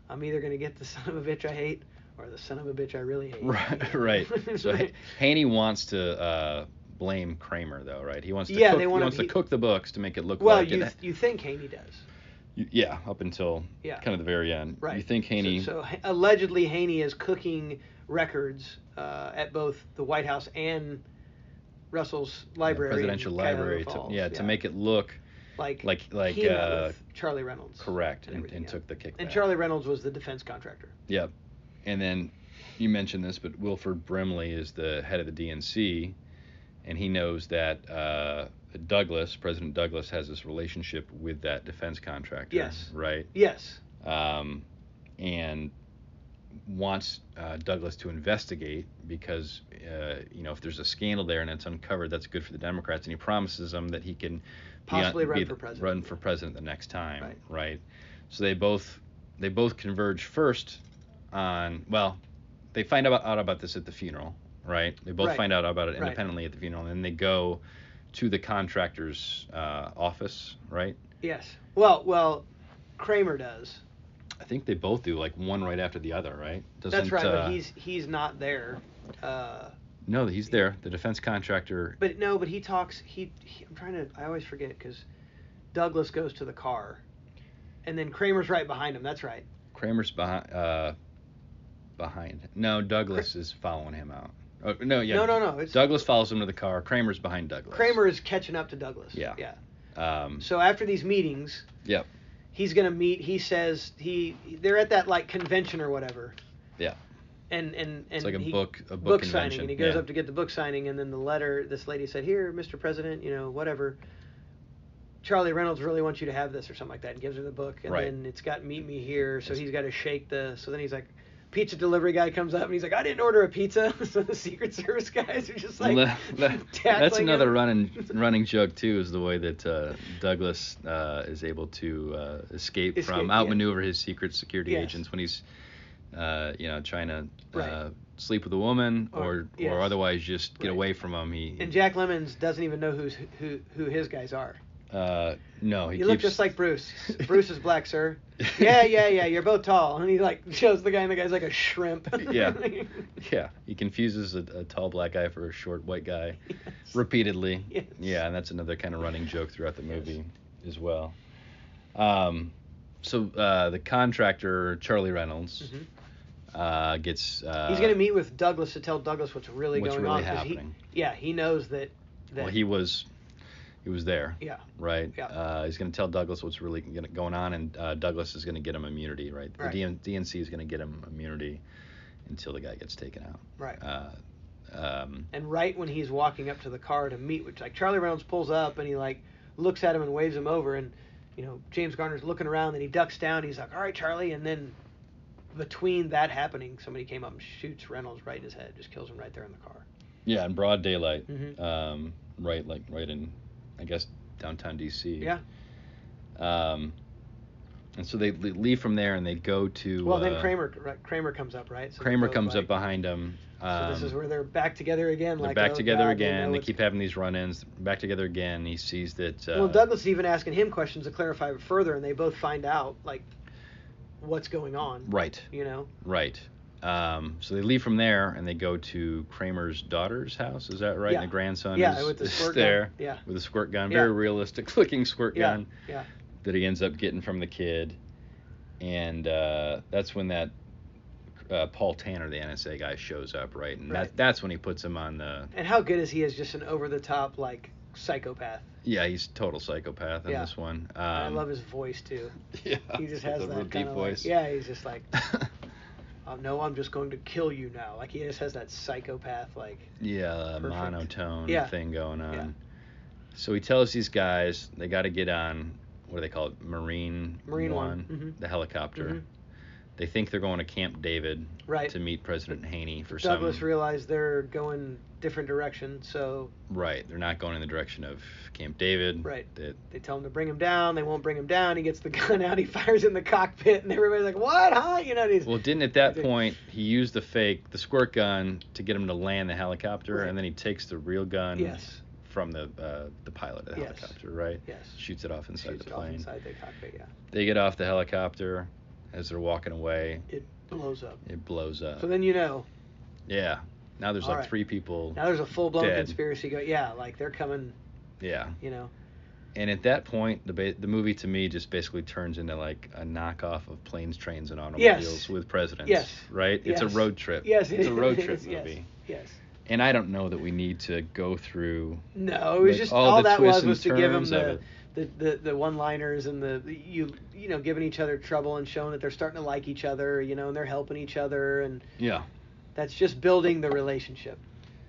D: I'm either gonna get the son of a bitch I hate or the son of a bitch I really hate.
C: right, right. So Ha- Haney wants to uh, blame Kramer though, right? He wants to
D: Yeah,
C: cook,
D: they
C: he
D: wanna
C: wants
D: be-
C: to cook the books to make it look
D: well,
C: like it-
D: you you think Haney does,
C: you- yeah, up until
D: Yeah.
C: kind of the very end.
D: right?
C: You think
D: So-
C: Haney?
D: So, Ha- allegedly Haney is cooking records uh, at both the White House and Russell's library, in
C: presidential
D: Cuyahoga
C: library to,
D: Falls,
C: yeah, to make it look
D: like
C: like- like,
D: he met
C: uh,
D: with Charlie Reynolds.
C: correct and,
D: everything
C: and
D: else.
C: took the kickback
D: And Charlie Reynolds was the defense contractor.
C: yep and then you mentioned this but Wilford Brimley is the head of the DNC and he knows that uh, Douglas President Douglas has this relationship with that defense contractor
D: Yes.
C: right
D: Yes.
C: um, and wants uh, Douglas to investigate because uh, you know if there's a scandal there and it's uncovered, that's good for the Democrats, and he promises them that he can be on-
D: Possibly run
C: be-
D: for president.
C: run for president the next time,
D: Right.
C: So they both they both converge first on well, they find out, out about this at the funeral, right? They both
D: Right.
C: find out about it
D: Right.
C: independently at the funeral, and then they go to the contractor's uh, office, right?
D: Yes. Well, well, Kramer does.
C: I think they both do, like one right after the other, right?
D: That's right,
C: uh,
D: but he's he's not there. Uh,
C: no, he's there. The defense contractor.
D: but no, but he talks. He, he I'm trying to. I always forget because Douglas goes to the car, and then Kramer's right behind him. That's right.
C: Kramer's behind. Uh, behind. No, Douglas is following him out. Oh, no, yeah.
D: No, no, no, it's-
C: Douglas follows him to the car. Kramer's behind Douglas.
D: Kramer is catching up to Douglas.
C: Yeah.
D: Yeah.
C: Um,
D: So after these meetings,
C: Yep.
D: he's gonna meet. He says he they're at that like convention or whatever.
C: Yeah.
D: And and and
C: It's like a
D: he-
C: book a book,
D: book,
C: convention.
D: signing, and he goes
C: yeah.
D: up to get the book signing, and then the letter. This lady said, "Here, Mr. President, you know, whatever. Charlie Reynolds really wants you to have this, or something like that." And gives her the book, and
C: Right.
D: then it's got "Meet Me Here," so he's got to shake the. So then he's like, pizza delivery guy comes up, and he's like, "I didn't order a pizza." so the Secret Service guys are just like,
C: Well, that- that- that's
D: tackling
C: another
D: him.
C: running running joke too is the way that uh, Douglas uh, is able to uh, escape,
D: Escape,
C: from
D: yeah.
C: outmaneuver his secret security
D: Yes.
C: agents when he's uh, you know trying to uh,
D: Right.
C: sleep with a woman
D: Or-
C: or
D: yes.
C: or otherwise just get
D: Right.
C: away from him. He
D: And Jack Lemons doesn't even know who's who who his guys are.
C: uh, no he
D: you look
C: keeps-
D: just like Bruce. Bruce is black, sir. Yeah, yeah, yeah. You're both tall. And he like shows the guy, and the guy's like a shrimp.
C: Yeah. yeah he confuses a, a tall black guy for a short white guy repeatedly
D: Yes.
C: yeah and that's another kind of running joke throughout the movie as well. Um, so uh, the contractor Charlie Reynolds
D: Mhm.
C: uh, gets. Uh,
D: He's going to meet with Douglas to tell Douglas what's really
C: what's
D: going
C: really
D: on. 'cause he-
C: happening.
D: yeah, he knows that. that
C: Well, he was, he was there.
D: yeah,
C: Right.
D: Yeah.
C: Uh, he's going to tell Douglas what's really gonna, going on, and uh, Douglas is going to get him immunity. Right.
D: Right.
C: The DN- DNC is going to get him immunity until the guy gets taken out.
D: right.
C: Uh, um,
D: and right when he's walking up to the car to meet, which like Charlie Reynolds pulls up and he like looks at him and waves him over, and you know James Garner's looking around and he ducks down. He's like, "All right, Charlie," and then between that happening, somebody came up and shoots Reynolds right in his head, just kills him right there in the car.
C: yeah, in broad daylight.
D: Mhm.
C: Um, right, like right in, I guess downtown DC.
D: Yeah.
C: Um, and so they le- leave from there and they go to.
D: Well, then
C: uh,
D: Kramer right, Kramer comes up, right? So they
C: Kramer
D: both,
C: comes
D: like-
C: up behind him. Um,
D: so this is where they're back together again.
C: they're
D: like,
C: back
D: oh,
C: together
D: God,
C: again.
D: know
C: They
D: it's-
C: keep having these run-ins. Back together again. He sees that. Uh,
D: well, Douglas is even asking him questions to clarify it further, and they both find out like what's going on.
C: Right,
D: You know,
C: right. Um, so they leave from there and they go to Kramer's daughter's house. Is that right?
D: Yeah.
C: And the grandson
D: Yeah,
C: is,
D: with the
C: is
D: squirt gun.
C: there
D: Yeah.
C: with a squirt gun,
D: Yeah.
C: very realistic-looking squirt
D: Yeah,
C: gun
D: yeah.
C: that he ends up getting from the kid. And uh, that's when that uh, Paul Tanner, the NSA guy, shows up, right? And
D: Right.
C: That, that's when he puts him on the.
D: And how good is he as just an over the top like psychopath?
C: Yeah, he's total psychopath on
D: Yeah.
C: this one. Um,
D: I love his voice too.
C: Yeah,
D: He just
C: with
D: has
C: a
D: that
C: real
D: kinda
C: deep
D: like-
C: voice.
D: yeah, he's just like, oh, no, I'm just going to kill you now. Like he just has that psychopath like.
C: Yeah, a
D: Perfect.
C: monotone
D: Yeah.
C: thing going on.
D: Yeah.
C: So he tells these guys they got to get on what do they call it? Marine
D: Marine One, mhm.
C: the helicopter.
D: Mhm.
C: They think they're going to Camp David
D: Right.
C: to meet President Haney for
D: Douglas
C: some
D: realized they're going different direction, so
C: right. They're not going in the direction of Camp David.
D: Right.
C: That
D: they tell him to bring him down. They won't bring him down. He gets the gun out. He fires in the cockpit, and everybody's like, "What? Huh?" You know, and he's
C: well, didn't at that
D: They-
C: point he used the fake the squirt gun to get him to land the helicopter,
D: Right.
C: and then he takes the real gun
D: yes,
C: from the uh, the pilot of the
D: Yes.
C: helicopter, right?
D: yes.
C: Shoots it off inside
D: Shoots
C: the
D: it off
C: plane.
D: inside the cockpit. Yeah,
C: They get off the helicopter as they're walking away.
D: it blows up.
C: It blows up.
D: So then you know
C: yeah. Now there's
D: All
C: like
D: right.
C: three people.
D: now there's a full blown
C: Dead.
D: conspiracy. Go, yeah, like they're coming.
C: Yeah.
D: You know,
C: And at that point, the ba- the movie to me just basically turns into like a knockoff of Planes, Trains, and Automobiles with presidents.
D: Yes.
C: Right.
D: Yes.
C: It's a road trip.
D: Yes, it
C: It's a road
D: is.
C: trip
D: Yes.
C: movie.
D: yes.
C: And I don't know that we need to go through.
D: No, it was
C: Like,
D: just all,
C: all the
D: that
C: twists
D: was
C: and
D: was to give them
C: turns of
D: the, the, the, the one liners and the the- you you know giving each other trouble and showing that they're starting to like each other. You know, and they're helping each other, and
C: Yeah.
D: that's just building the relationship,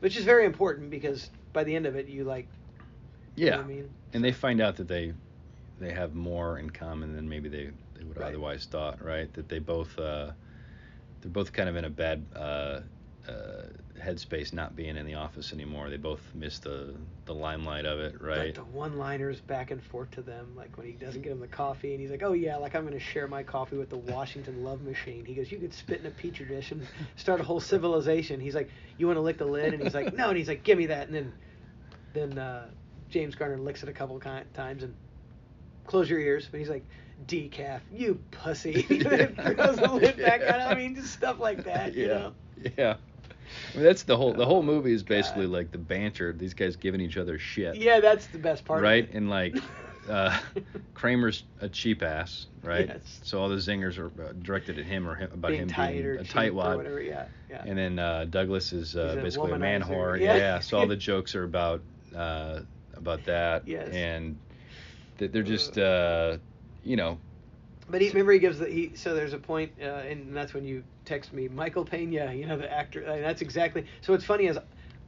D: which is very important because by the end of it, you like. you know
C: Yeah.
D: what I mean,
C: and they find out that they they have more in common than maybe they, they would
D: Right.
C: otherwise thought right that they both uh, they're both kind of in a bad uh, uh, headspace not being in the office anymore they both miss the the limelight of it
D: like,
C: right
D: the one liners back and forth to them, like when he doesn't get him the coffee and he's like, oh yeah, like I'm going to share my coffee with the Washington Love Machine. He goes, you could spit in a petri dish and start a whole civilization. He's like, you want to lick the lid? And he's like, no. And he's like, give me that. And then, then uh, James Garner licks it a couple ki- times and close your ears. And he's like, decaf, you pussy. and then throws the lid back on. I mean, just stuff like that.
C: yeah
D: You know?
C: yeah I mean, that's the whole the whole movie is
D: Oh, God.
C: basically like the banter these guys giving each other shit
D: Yeah, that's the best part. of
C: right
D: it.
C: and like uh, Kramer's a cheap ass, right?
D: Yes.
C: So all the zingers are uh, directed at him or him, about
D: being
C: him
D: tight
C: being
D: or
C: a
D: cheap or
C: tightwad.
D: whatever. Yeah, yeah.
C: And then uh, Douglas is uh,
D: He's a
C: basically a man
D: womanizer.
C: whore.
D: Yeah.
C: Yeah. So all the jokes are about uh, about that.
D: Yes.
C: And th- they're just uh, you know
D: But he, remember, he gives the he. So there's a point, uh, and that's when you text me, Michael Pena. You know the actor. I that's exactly. So what's funny is,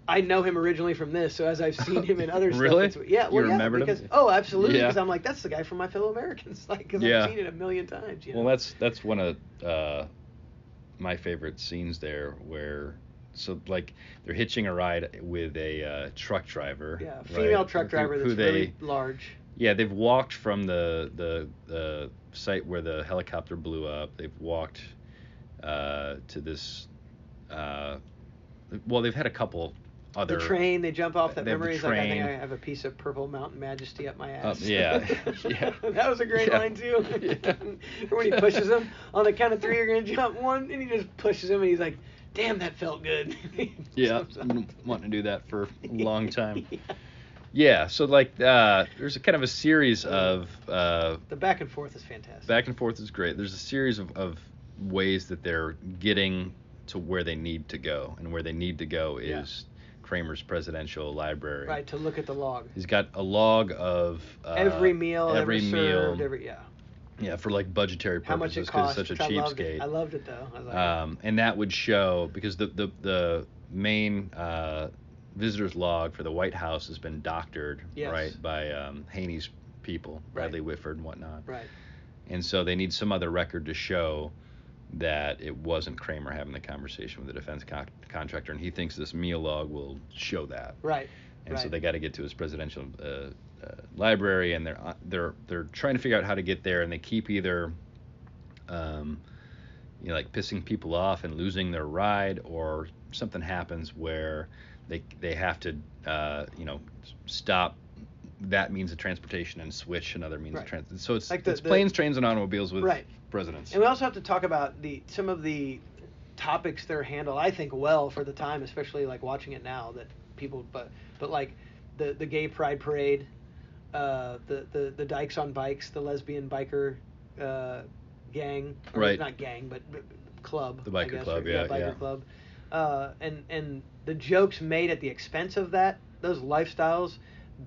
D: I know him originally from this. So as I've seen him in other
C: Really?
D: stuff, it's, yeah, well,
C: You
D: yeah,
C: remembered him?
D: because oh, absolutely,
C: Yeah.
D: because I'm like that's the guy from My Fellow Americans, like because
C: Yeah.
D: I've seen it a million times. You know?
C: well that's that's one of uh, my favorite scenes there where so like they're hitching a ride with a uh, truck driver.
D: yeah,
C: right?
D: female truck
C: Who-
D: driver
C: who
D: that's
C: they
D: really large.
C: yeah they've walked from the the the site where the helicopter blew up. They've walked uh, to this. Uh, well, they've had a couple other
D: The train, they jump off that
C: they have the
D: memory. He's like, I think I
C: train.
D: have a piece of purple mountain majesty up my ass.
C: yeah, yeah.
D: that was a great
C: Yeah.
D: line too.
C: Yeah.
D: Or when he pushes him on the count of three, you're gonna jump one, and he just pushes him, and he's like, "Damn, that felt good."
C: Yeah,
D: Jumps
C: I've been
D: off.
C: wanting to do that for a long time. Yeah, so like uh, there's a kind of a series of uh,
D: The back and forth is fantastic.
C: back and forth is great. There's a series of, of ways that they're getting to where they need to go, and where they need to go
D: Yeah.
C: is Kramer's presidential library.
D: right to look at the log.
C: He's got a log of uh,
D: every meal, every, served,
C: meal,
D: every yeah.
C: yeah, for like budgetary
D: How much
C: purposes
D: it
C: because
D: costs?
C: it's such a
D: which I loved
C: cheapskate.
D: it. I loved it though. I was like,
C: um, and that would show because the the, the main uh, visitors log for the White House has been doctored
D: Yes.
C: right by um, Haney's people, Bradley Whitford and whatnot,
D: right.
C: and so they need some other record to show that it wasn't Kramer having the conversation with the defense con- contractor, and he thinks this meal log will show that,
D: Right.
C: and so
D: right.
C: they got to get to his presidential uh, uh, library, and they're uh, they're they're trying to figure out how to get there, and they keep either, um, you know, like pissing people off and losing their ride, or something happens where they they have to, uh, you know, s- stop that means of transportation and switch another means
D: Right.
C: of transit. So it's
D: Like the-
C: it's
D: the-
C: planes, trains, and automobiles with
D: Right.
C: presidents.
D: And we also have to talk about the some of the topics they're handled. I think well for the time, especially like watching it now that people, but but like the the gay pride parade, uh, the the the dykes on bikes, the lesbian biker uh, gang, or
C: Right.
D: Not gang, but, but club.
C: The
D: I
C: biker
D: guess,
C: club,
D: or-
C: yeah,
D: biker
C: yeah.
D: club, uh, and and the jokes made at the expense of that those lifestyles,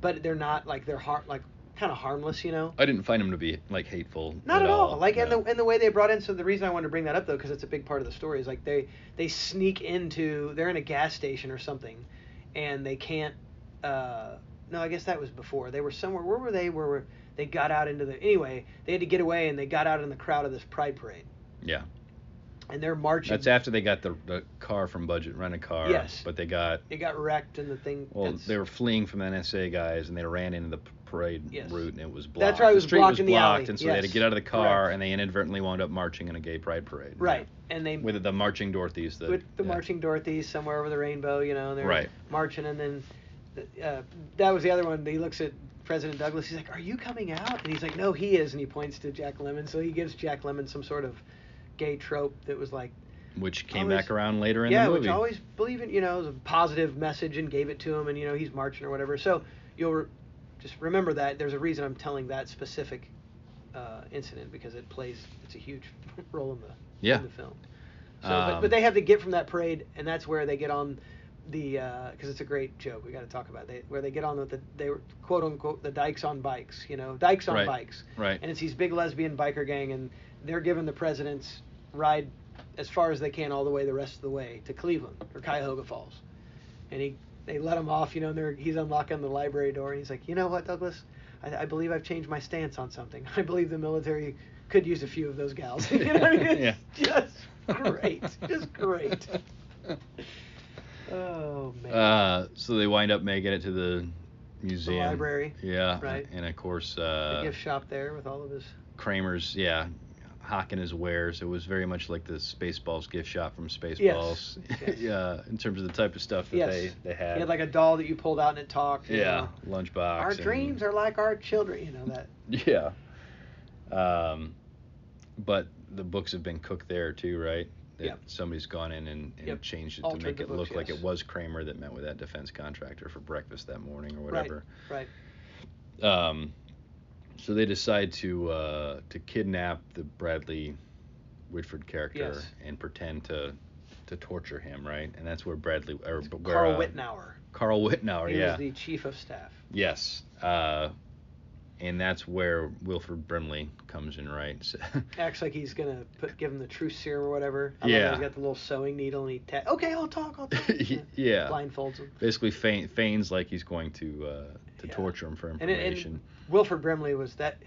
D: but they're not like they're har- like kind of harmless, you know.
C: I didn't find them to be like hateful.
D: Not at all. Like, and
C: no.
D: the and the way they brought in. So the reason I wanted to bring that up though, because it's a big part of the story, is like they they sneak into. They're in a gas station or something, and they can't. Uh, no, I guess that was before. They were somewhere. Where were they? Where were they? Got out into the. Anyway, they had to get away, and they got out in the crowd of this pride parade,
C: yeah.
D: and they're marching.
C: That's after they got the, the car from Budget Rent a Car.
D: Yes.
C: But they got
D: It got wrecked, and the thing.
C: Well,
D: that's-
C: they were fleeing from NSA guys, and they ran into the p- parade
D: Yes.
C: route, and it was blocked.
D: That's right, it was
C: the street
D: blocked
C: was
D: in the
C: blocked,
D: alley,
C: and so they had to
D: yes,
C: get out of the car,
D: correct.
C: and they inadvertently wound up marching in a gay pride parade.
D: right, and they
C: With the marching Dorothys. The,
D: with the
C: yeah.
D: marching Dorothy's somewhere over the rainbow, you know, and they're
C: Right.
D: marching, and then uh, that was the other one. He looks at President Douglas. He's like, "Are you coming out?" And he's like, "No, he is." And he points to Jack Lemon. So he gives Jack Lemon some sort of gay trope that was like,
C: Which came
D: Always-
C: back around later in
D: yeah,
C: the movie.
D: which always believe in, you know, it was a positive message and gave it to him, and you know, he's marching or whatever. So you'll re- just remember that. There's a reason I'm telling that specific uh, incident because it plays. It's a huge role in the
C: Yeah.
D: in the film. So, but, but
C: Um,
D: they have to get from that parade, and that's where they get on the because it's a great joke. We got to talk about it. They, where they get on with the they were quote unquote the dykes on bikes. You know, dykes on
C: Right,
D: bikes.
C: right.
D: And it's these big lesbian biker gang, and they're giving the president's ride as far as they can all the way the rest of the way to Cleveland or Cuyahoga Falls, and he they let him off. You know, and they're, he's unlocking the library door, and he's like, you know what, Douglas. I, I believe I've changed my stance on something. I believe the military could use a few of those gals. you know what I mean? It's
C: Yeah.
D: just great. just great. Oh man.
C: Uh, so they wind up making it to the museum.
D: library,
C: Yeah.
D: right.
C: And of course,
D: the
C: uh,
D: gift shop there with all of his
C: Kramer's, yeah, hawking his wares. It was very much like the Spaceballs gift shop from
D: Yes.
C: Spaceballs.
D: Yes.
C: yeah, in terms of the type of stuff that
D: Yes.
C: they, they had.
D: He had like a doll that you pulled out and it talked. you
C: yeah,
D: know.
C: lunchbox.
D: Our
C: and-
D: dreams are like our children, you know that.
C: Yeah. Um, but the books have been cooked there too, right? That
D: Yep.
C: Somebody's gone in and, and
D: Yep.
C: changed it
D: Altered
C: to make
D: the
C: it
D: books,
C: look like
D: yes.
C: it was Kramer that met with that defense contractor for breakfast that morning or whatever.
D: Right.
C: Um, so they decide to uh, to kidnap the Bradley Whitford character
D: Yes.
C: and pretend to to torture him, right? And that's where Bradley or
D: Right.
C: where,
D: Carl
C: uh,
D: Wittnauer.
C: Carl Wittnauer,
D: He
C: Oh, yeah.
D: was the chief of staff.
C: Yes. Uh, and that's where Wilfred Brimley comes in, right? So-
D: Acts like he's gonna put give him the truth serum or whatever. I love
C: Yeah.
D: how He's got the little sewing needle and he ta- okay, I'll talk. I'll talk.
C: yeah.
D: Blindfolds him.
C: Basically, feign, feigns like he's going to uh, to
D: Yeah.
C: torture him for
D: And, it, and
C: information.
D: Wilford Brimley was that.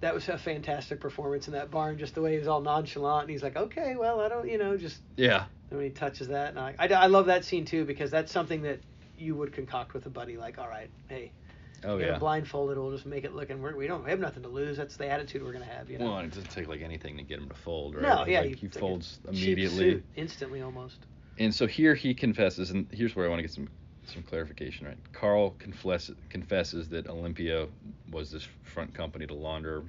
D: That was a fantastic performance in that barn. Just the way he was all nonchalant, and he's like, "Okay, well, I don't, you know, just
C: yeah.
D: And when he touches that, and I, I, I love that scene too because that's something that you would concoct with a buddy. Like, all right, hey,
C: Oh
D: get
C: yeah.
D: a blindfolded, we'll just make it look, and we're, we don't we have nothing to lose. That's the attitude we're gonna have, you know.
C: Well, and it doesn't take like anything to get him to fold, right?
D: No,
C: Like,
D: yeah,
C: like,
D: you
C: he
D: take a
C: folds
D: Cheap
C: immediately.
D: suit, instantly almost.
C: And so here he confesses, and here's where I want to get some some clarification, right? Carl confesses confesses that Olympia was this front company to launder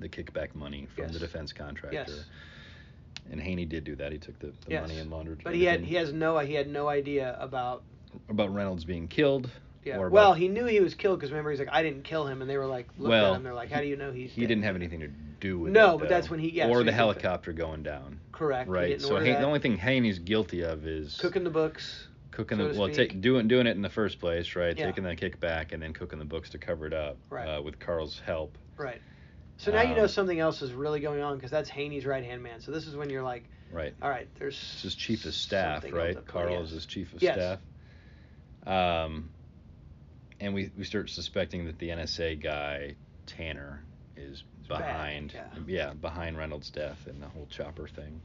C: the kickback money from
D: Yes.
C: the defense contractor.
D: Yes.
C: And Haney did do that. He took the, the
D: Yes.
C: money and laundered.
D: But he had
C: everything.
D: he has no he had no idea about
C: about Reynolds being killed
D: Yeah.
C: Or about-
D: well, he knew he was killed because remember he's like, I didn't kill him, and they were like, looked
C: Well,
D: at him. They're like, how do you know he's?
C: he
D: dead?"
C: didn't have anything to do with it.
D: No, but that's
C: though.
D: when he- yeah,
C: or
D: so
C: the
D: he-
C: helicopter going down.
D: Correct. he
C: Right.
D: didn't
C: So
D: order
C: Hay-
D: that.
C: the only thing Haney's guilty of is
D: cooking the books.
C: cooking
D: so
C: the
D: to
C: well, ta-
D: speak.
C: doing doing it in the first place, right?
D: Yeah.
C: Taking that kick back and then cooking the books to cover it up
D: Right.
C: uh, with Carl's help.
D: Right. So now you know
C: Um,
D: something else is really going on because that's Haney's right hand man. So this is when you're like,
C: Right.
D: all right, there's.
C: It's his chief of staff,
D: something
C: right?
D: else at play,
C: Carl
D: yes.
C: is his chief of
D: Yes.
C: staff. Um, and we, we start suspecting that the NSA guy Tanner is
D: bad,
C: behind,
D: yeah.
C: behind Reynolds' death and the whole chopper thing.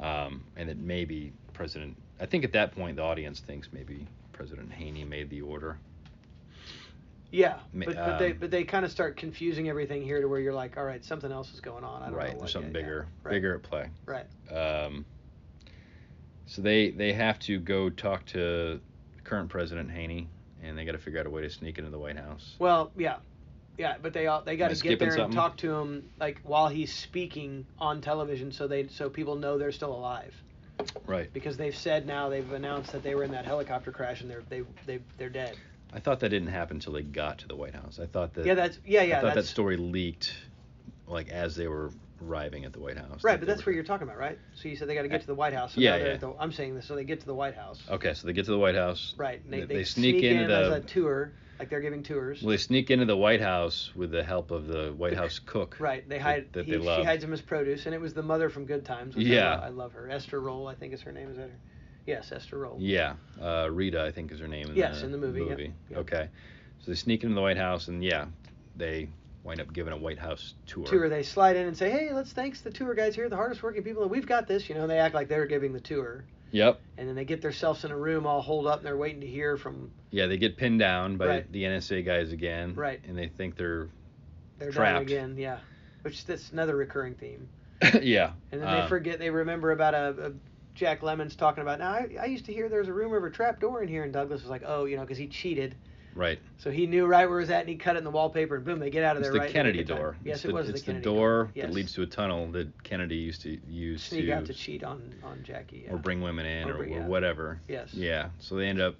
C: Um, and that maybe President, I think at that point the audience thinks maybe President Haney made the order.
D: Yeah,
C: Ma-
D: but, but they
C: um,
D: but they kind of start confusing everything here to where you're like, all right, something else is going on. I don't
C: Right,
D: know.
C: there's
D: what
C: something
D: yet." Yeah,
C: bigger,
D: right,
C: bigger at play.
D: Right.
C: Um, so they they have to go talk to current President Haney, and they got to figure out a way to sneak into the White House.
D: Well, yeah, yeah, but they all they got
C: I
D: to get
C: skipping
D: there and
C: something?
D: talk to him like while he's speaking on television, so they so people know they're still alive
C: Right.
D: because they've said now they've announced that they were in that helicopter crash and they're they they they're dead.
C: I thought that didn't happen until they got to the White House. I thought that.
D: Yeah, that's yeah
C: I
D: yeah
C: thought that
D: that's
C: story leaked, like as they were arriving at the White House.
D: right,
C: that
D: but
C: they
D: that's
C: were-
D: where you're talking about, right? So you said they got to get to the White House. So
C: Yeah,
D: now they're
C: yeah.
D: at the- I'm saying this, so they get to the White House.
C: Okay, so they get to the White House.
D: Right, and they,
C: They,
D: they,
C: they sneak, into
D: as a
C: the.
D: tour, like they're giving tours.
C: well, they sneak into the White House with the help of the White House cook.
D: Right, they
C: that-
D: hide.
C: That,
D: he,
C: they love.
D: She hides him as produce, and it was the mother from Good Times. Which I,
C: Yeah.
D: love, I love her. Esther Roll, I think is her name. Is that her? Yes, Esther Roll.
C: Yeah, uh, Rita, I think is her name. In
D: Yes,
C: the
D: in the movie, yep, yep.
C: Okay, so they sneak into the White House, and yeah, they wind up giving a White House tour.
D: Tour. They slide in and say, "Hey, let's thanks the tour guys here, the hardest working people. We've got this." You know, and they act like they're giving the tour,
C: Yep.
D: and then they get themselves in a room, all holed up, and they're waiting to hear from
C: Yeah, they get pinned down by
D: Right.
C: the NSA guys again.
D: Right.
C: And they think they're.
D: their dad
C: Trapped.
D: again. Yeah, which that's another recurring theme.
C: yeah.
D: And then they
C: um,
D: forget. They remember about a. a Jack Lemon's talking about now. I, I used to hear there was a rumor of a trap door in here, and Douglas was like, "Oh, you know, because he cheated."
C: Right.
D: So he knew right where it was at, and he cut it in the wallpaper, and boom, they get out of
C: It's
D: there.
C: the
D: right at
C: Kennedy
D: good time.
C: door.
D: Yes,
C: it's
D: it was
C: it's
D: the Kennedy
C: door,
D: Yes.
C: that leads to a tunnel that Kennedy used to use
D: Sneak
C: to,
D: out to cheat on on Jackie. Yeah.
C: or bring women in
D: Or
C: or,
D: bring-
C: or
D: yeah.
C: whatever.
D: Yes.
C: Yeah. So they end up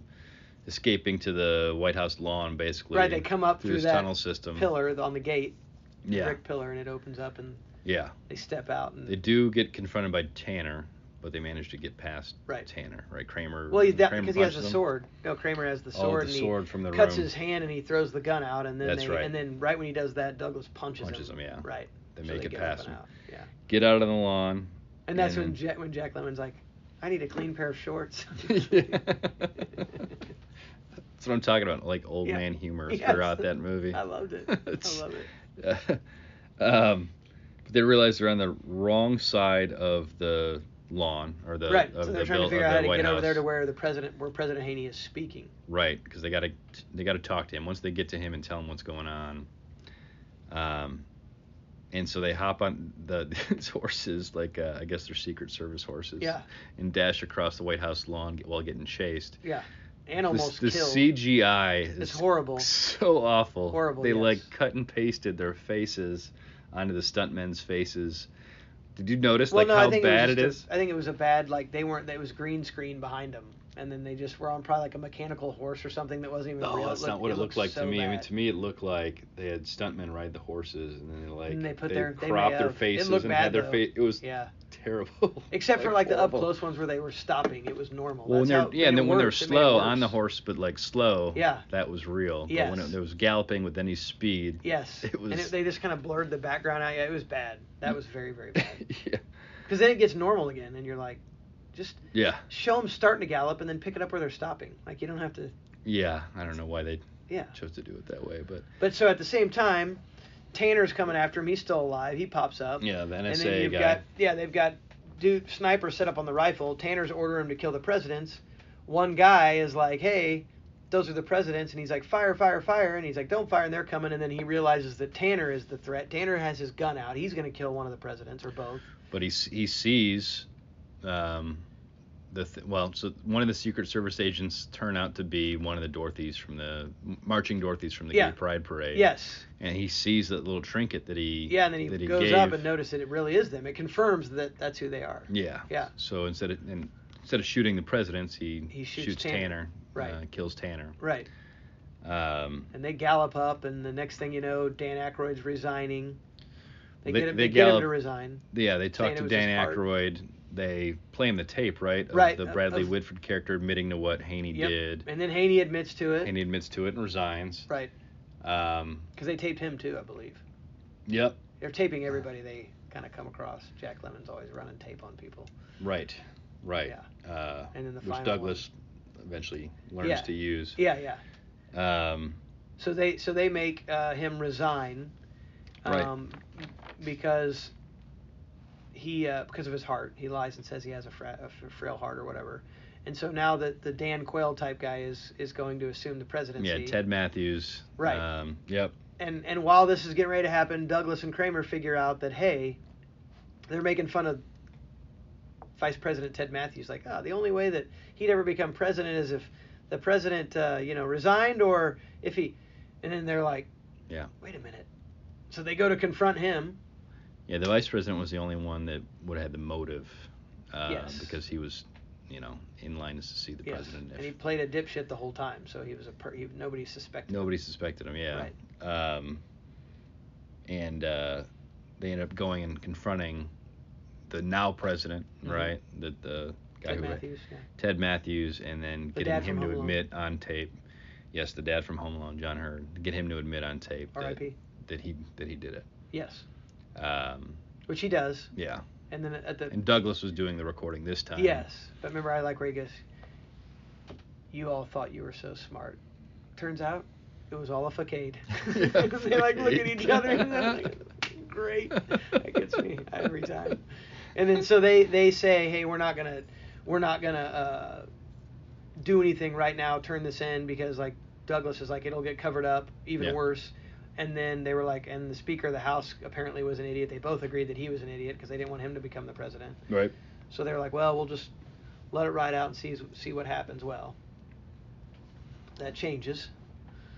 C: escaping to the White House lawn basically.
D: Right, they come up through
C: this
D: that
C: tunnel system.
D: Pillar on the gate,
C: um, Yeah.
D: brick pillar, and it opens up, and
C: Yeah.
D: they step out, and
C: They do get confronted by Tanner, but they manage to get past
D: Right.
C: Tanner, right? Kramer.
D: well, he's that
C: Kramer
D: because he has the
C: punches them.
D: sword. No, Kramer has the
C: Oh,
D: sword,
C: the
D: and he
C: sword from the
D: cuts
C: room.
D: his hand, and he throws the gun out, and then
C: That's
D: they,
C: right.
D: and then right when he does that, Douglas punches,
C: Punches him, yeah.
D: Right.
C: They
D: So
C: make it
D: get up
C: past
D: and
C: him.
D: out, Yeah.
C: Get out on the lawn.
D: And that's
C: And-
D: when Jack when Jack Lemon's like, I need a clean pair of shorts.
C: That's what I'm talking about. Like old
D: Yeah.
C: man humor
D: Yes.
C: throughout that movie.
D: I loved it.
C: It's-
D: I love it.
C: um, but they realize they're on the wrong side of the lawn or the
D: right.
C: of
D: So they're
C: the
D: trying
C: buil-
D: to figure
C: of
D: out
C: the
D: how to
C: White
D: get
C: House.
D: over there to where the president where President Haney is speaking.
C: Right, because they gotta they gotta talk to him. Once they get to him and tell him what's going on, um, and so they hop on the these horses, like uh, I guess they're Secret Service horses,
D: Yeah.
C: and dash across the White House lawn get- while getting chased.
D: Yeah. And
C: This-
D: almost
C: the
D: killed.
C: CGI is
D: It's horrible.
C: so awful.
D: Horrible,
C: They
D: yes.
C: like cut and pasted their faces onto the stuntmen's faces. Did you notice
D: well,
C: like
D: no,
C: how
D: I think
C: bad
D: it, was
C: it
D: just
C: is?
D: a- I think it was a bad like they weren't. It was green screen behind them, and then they just were on probably like a mechanical horse or something that wasn't even
C: No,
D: real.
C: Oh, that's not what it, looked
D: looks
C: like
D: so
C: to me. I mean,
D: bad.
C: to me, it looked like they had stuntmen ride the horses, and then they like
D: And they put their- they
C: cropped
D: may
C: their
D: have. It
C: faces
D: looked
C: and
D: bad,
C: had their
D: though.
C: face. It was
D: yeah.
C: terrible.
D: Except for like the up
C: horrible.
D: close ones where they were stopping, it was normal.
C: Well, when
D: That's
C: they're
D: how-
C: yeah, and
D: it
C: then when they're
D: works, it made it
C: slow on the
D: worse.
C: horse, but like slow.
D: Yeah.
C: That was real. But when
D: Yes.
C: it, there was galloping with any speed.
D: Yes.
C: It
D: And
C: was- Hmm.
D: it, they just kind of blurred the background out. Yeah, it was bad. That was very very bad.
C: yeah.
D: Because then it gets normal again, and you're like, just
C: Yeah.
D: show them starting to gallop, and then pick it up where they're stopping. Like you don't have to.
C: Yeah. I don't know why they
D: Yeah.
C: chose to do it that way, but
D: But so at the same time, Tanner's coming after him. He's still alive. He pops up.
C: yeah, the
D: and then
C: NSA
D: you've
C: guy.
D: got yeah, they've got dude sniper set up on the rifle. Tanner's ordering him to kill the presidents. One guy is like, "Hey, those are the presidents," and he's like, "Fire, fire, fire!" And he's like, "Don't fire!" And they're coming. And then he realizes that Tanner is the threat. Tanner has his gun out. He's going to kill one of the presidents or both.
C: but he s- he sees um, the th- well so one of the secret service agents turn out to be one of the dorothy's from the marching dorothy's from the
D: Yeah.
C: gay pride parade
D: Yes.
C: and he sees that little trinket that he
D: Yeah, and then he
C: that
D: goes
C: gave. Mm.
D: up and notices that it really is them. It confirms that that's who they are.
C: yeah
D: Yeah.
C: so instead of and instead of shooting the presidents he,
D: He shoots
C: shoots
D: Tanner.
C: tanner,
D: Right.
C: uh, kills tanner
D: Right.
C: Um,
D: and they gallop up, and the next thing you know, Dan Aykroyd's resigning. They,
C: They-
D: get him,
C: they
D: they get him to
C: gallop-
D: resign.
C: yeah, they
D: Saying
C: talk
D: it
C: to
D: was his
C: Dan
D: heart.
C: Aykroyd. They play him the tape, right? Of
D: Right,
C: The
D: of-
C: Bradley
D: of-
C: Whitford character admitting to what Haney
D: Yep.
C: did,
D: And then Haney admits to it.
C: and he admits to it and resigns.
D: Right.
C: Um,
D: Because they taped him too, I believe.
C: yep.
D: They're taping everybody they kind of come across. Jack Lemon's always running tape on people.
C: Right. Right. Uh,
D: And then the
C: which
D: final
C: Douglas eventually learns
D: Yeah.
C: to use.
D: Yeah, yeah.
C: Um,
D: So they so they make uh, him resign,
C: Right.
D: um, because he uh, because of his heart. He lies and says he has a, fra- a f- frail heart or whatever. And so now that the Dan Quayle type guy is is going to assume the presidency.
C: yeah, Ted Matthews.
D: Right.
C: Um, yep.
D: and and while this is getting ready to happen, Douglas and Kramer figure out that hey, they're making fun of Vice President Ted Matthews. Like, oh, the only way that he'd ever become president is if the president, uh, you know, resigned or if he. And then they're like,
C: Yeah.
D: wait a minute. So they go to confront him.
C: Yeah, the vice president was the only one that would have had the motive, uh,
D: Yes.
C: because he was, you know, in line to see the
D: Yes.
C: president.
D: And
C: if
D: he played a dipshit the whole time, so he was a per- he, nobody suspected.
C: nobody suspected him. Yeah. Um, and uh, they ended up going and confronting the now president,
D: Mhm.
C: right? The the guy
D: Ted
C: who
D: Matthews. Yeah.
C: Ted Matthews, and then
D: The
C: getting
D: dad
C: him
D: from
C: to
D: Home Alone.
C: admit on tape. Yes, the dad from Home Alone, John Hurt, get him to admit on tape that,
D: R.I.P.
C: that he that he did it.
D: Yes,
C: Um,
D: which he does.
C: yeah.
D: And then at the
C: And Douglas was doing the recording this time.
D: Yes, but remember I like where he goes. You all thought you were so smart. Turns out, it was all a facade.
C: Yeah,
D: they like look at each other. And they're
C: facade.
D: like, Great, that gets me every time. And then so they they say, hey, we're not gonna we're not gonna uh, do anything right now. Turn this in because like Douglas is like it'll get covered up even
C: Yeah.
D: worse. And then they were like, and the Speaker of the House apparently was an idiot. They both agreed that he was an idiot because they didn't want him to become the president.
C: Right.
D: So they're like, well, we'll just let it ride out and see see what happens. Well, that changes.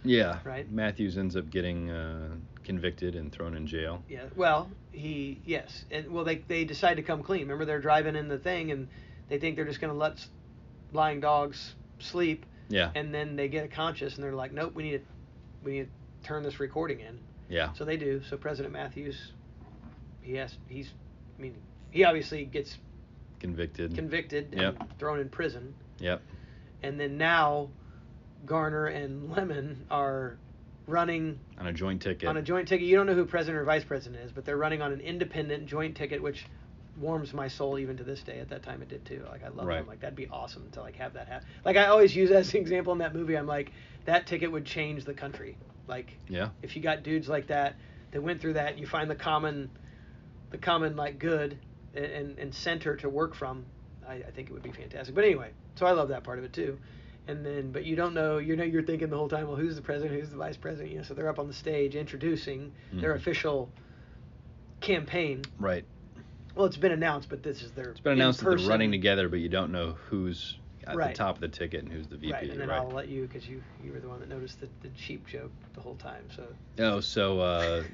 C: Yeah.
D: Right?
C: Matthews ends up getting uh, convicted and thrown in jail.
D: Yeah. Well, he yes. And well, they they decide to come clean. Remember, they're driving in the thing and they think they're just gonna let s- lying dogs sleep,
C: Yeah.
D: and then they get conscious and they're like, nope, we need to we need to turn this recording in.
C: yeah.
D: So they do. So President Matthews, he has he's I mean he obviously gets
C: Convicted.
D: convicted and
C: Mm. Yep.
D: thrown in prison.
C: Yep.
D: and then now Garner and Lemon are running
C: On a joint ticket.
D: on a joint ticket. You don't know who president or vice president is, but they're running on an independent joint ticket, which warms my soul even to this day. At that time, it did too. Like I love
C: Right.
D: them. Like that'd be awesome to like have that happen. Like I always use as an example in that movie. I'm like that ticket would change the country. Like
C: yeah.
D: if you got dudes like that that went through that, you find the common, the common like good and- and and center to work from. I, I think it would be fantastic. But anyway, so I love that part of it too. And then, but you don't know. You know, you're thinking the whole time, well, who's the president? Who's the vice president? You know, so they're up on the stage introducing their
C: Mhm.
D: official campaign.
C: Right.
D: Well, it's been announced, but this is their.
C: It's been announced that they're
D: in-person-
C: running together, but you don't know who's at
D: Right.
C: the top of the ticket and who's the VP.
D: Right, and then I'll let you because you you were the one that noticed the, the cheap joke the whole time. So
C: Oh, so uh,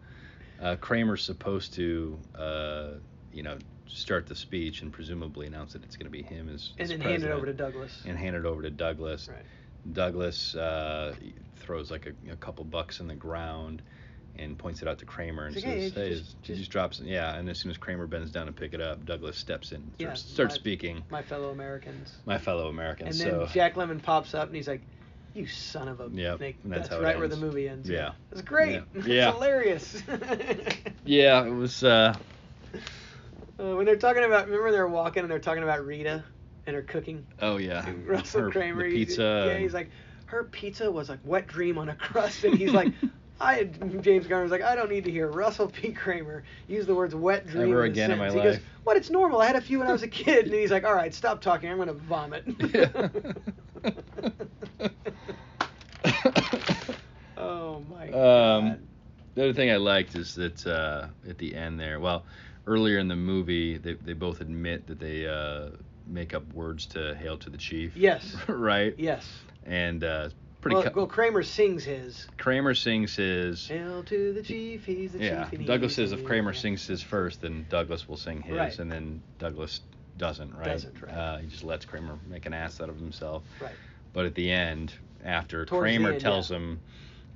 C: uh, Kramer's supposed to, uh, you know, start the speech and presumably announce that it's going to be him as,
D: and
C: as
D: then hand
C: president,
D: it over to Douglas.
C: and hand it over to Douglas.
D: Right.
C: Douglas uh, throws like a, a couple bucks in the ground and points it out to Kramer and
D: He's like,
C: says,
D: "Hey,
C: "Hey,
D: just-
C: is-
D: just-
C: just drops." it." Yeah, and as soon as Kramer bends down to pick it up, Douglas steps in, starts,
D: Yeah,
C: starts
D: my-
C: speaking.
D: My fellow Americans.
C: My fellow American.
D: And
C: so
D: then Jack Lemon pops up and he's like, "You son of a
C: Yep,
D: snake."
C: and
D: That's,
C: that's how it
D: right where the
C: ends.
D: movie ends.
C: Yeah.
D: It's great.
C: Yeah.
D: It's
C: Yeah.
D: hilarious.
C: yeah, it was. Uh,
D: Uh, when they're talking about, remember they're walking and they're talking about Rita and her cooking.
C: oh yeah,
D: Russell
C: her- the
D: Kramer. he's-
C: pizza.
D: Yeah,
C: and-
D: he's like, her pizza was like wet dream on a crust, and he's like. I James Garner's like I don't need to hear Russell P. Kramer use the words wet dream
C: Ever
D: in a
C: again in my
D: sentence." He goes,
C: life.
D: What? It's normal. I had a few when I was a kid, and he's like, all right, stop talking. I'm gonna vomit. oh my god.
C: Um, the other thing I liked is that uh, at the end there, well, earlier in the movie, they, they both admit that they uh, make up words to hail to the chief.
D: Yes.
C: right.
D: Yes.
C: And uh, pretty.
D: well,
C: co-
D: well, Kramer sings his.
C: Kramer sings his.
D: Hail to the chief, he's the
C: yeah.
D: chief. and
C: Douglas
D: he's
C: says
D: the
C: if
D: leader."
C: Kramer
D: Yeah.
C: sings his first, then Douglas will sing his,
D: Right.
C: and then Douglas doesn't. Right.
D: Doesn't, right.
C: Uh, he just lets Kramer make an ass out of himself.
D: Right.
C: But at the end, after
D: Towards the
C: Kramer
D: end,
C: tells
D: yeah.
C: him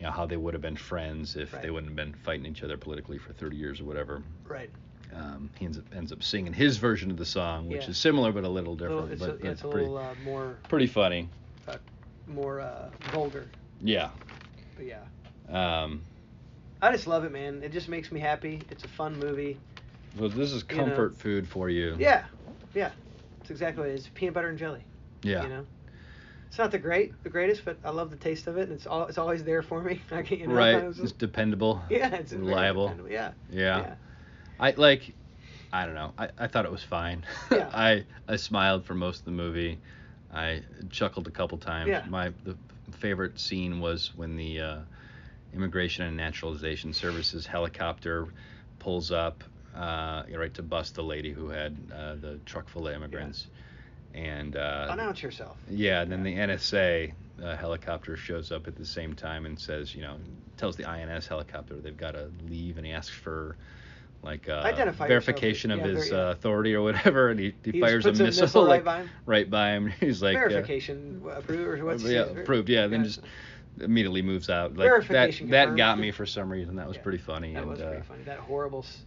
C: you know, how they would have been friends if
D: Right.
C: they wouldn't have been fighting each other politically for 30 years or whatever.
D: Right.
C: Um, he ends up, ends up singing his version of the song, which
D: Yeah.
C: is similar but a little different.
D: Little, it's,
C: but
D: a,
C: but
D: it's a
C: pretty,
D: little uh, more
C: pretty funny.
D: uh, more uh, vulgar,
C: Yeah.
D: but yeah.
C: Um,
D: I just love it, man. It just makes me happy. It's a fun movie.
C: so this is
D: You know.
C: comfort food for you.
D: Yeah, yeah. It's exactly what it is. Peanut butter and jelly.
C: Yeah.
D: You know, it's not the great, the greatest, but I love the taste of it, and it's all, it's always there for me. I can, you know,
C: right.
D: it's
C: It's,
D: just-
C: dependable.
D: yeah, it's very
C: reliable.
D: dependable, Yeah.
C: Yeah. I like I don't know. I, I thought it was fine.
D: Yeah.
C: I I smiled for most of the movie. I chuckled a couple times.
D: Yeah.
C: My the favorite scene was when the uh, Immigration and Naturalization Services helicopter pulls up uh, right to bust the lady who had uh, the truck full of immigrants. And uh,
D: Announce yourself.
C: yeah, and then the NSA uh, helicopter shows up at the same time and says, you know, tells the INS helicopter they've got to leave, and he asks for like uh,
D: Identify yourself.
C: verification of
D: Yeah,
C: his
D: very-
C: uh, authority or whatever, and he, he,
D: He just
C: fires a
D: puts a
C: missile,
D: missile right
C: like,
D: by him.
C: right by him. He's like uh,
D: Verification approved or what's
C: yeah, approved. Yeah, then
D: Yeah.
C: just immediately moves out. Like that
D: Verification
C: that
D: confirmed.
C: got me for some reason. That was
D: Yeah,
C: pretty funny.
D: That
C: and,
D: was pretty
C: uh,
D: funny. That horrible s-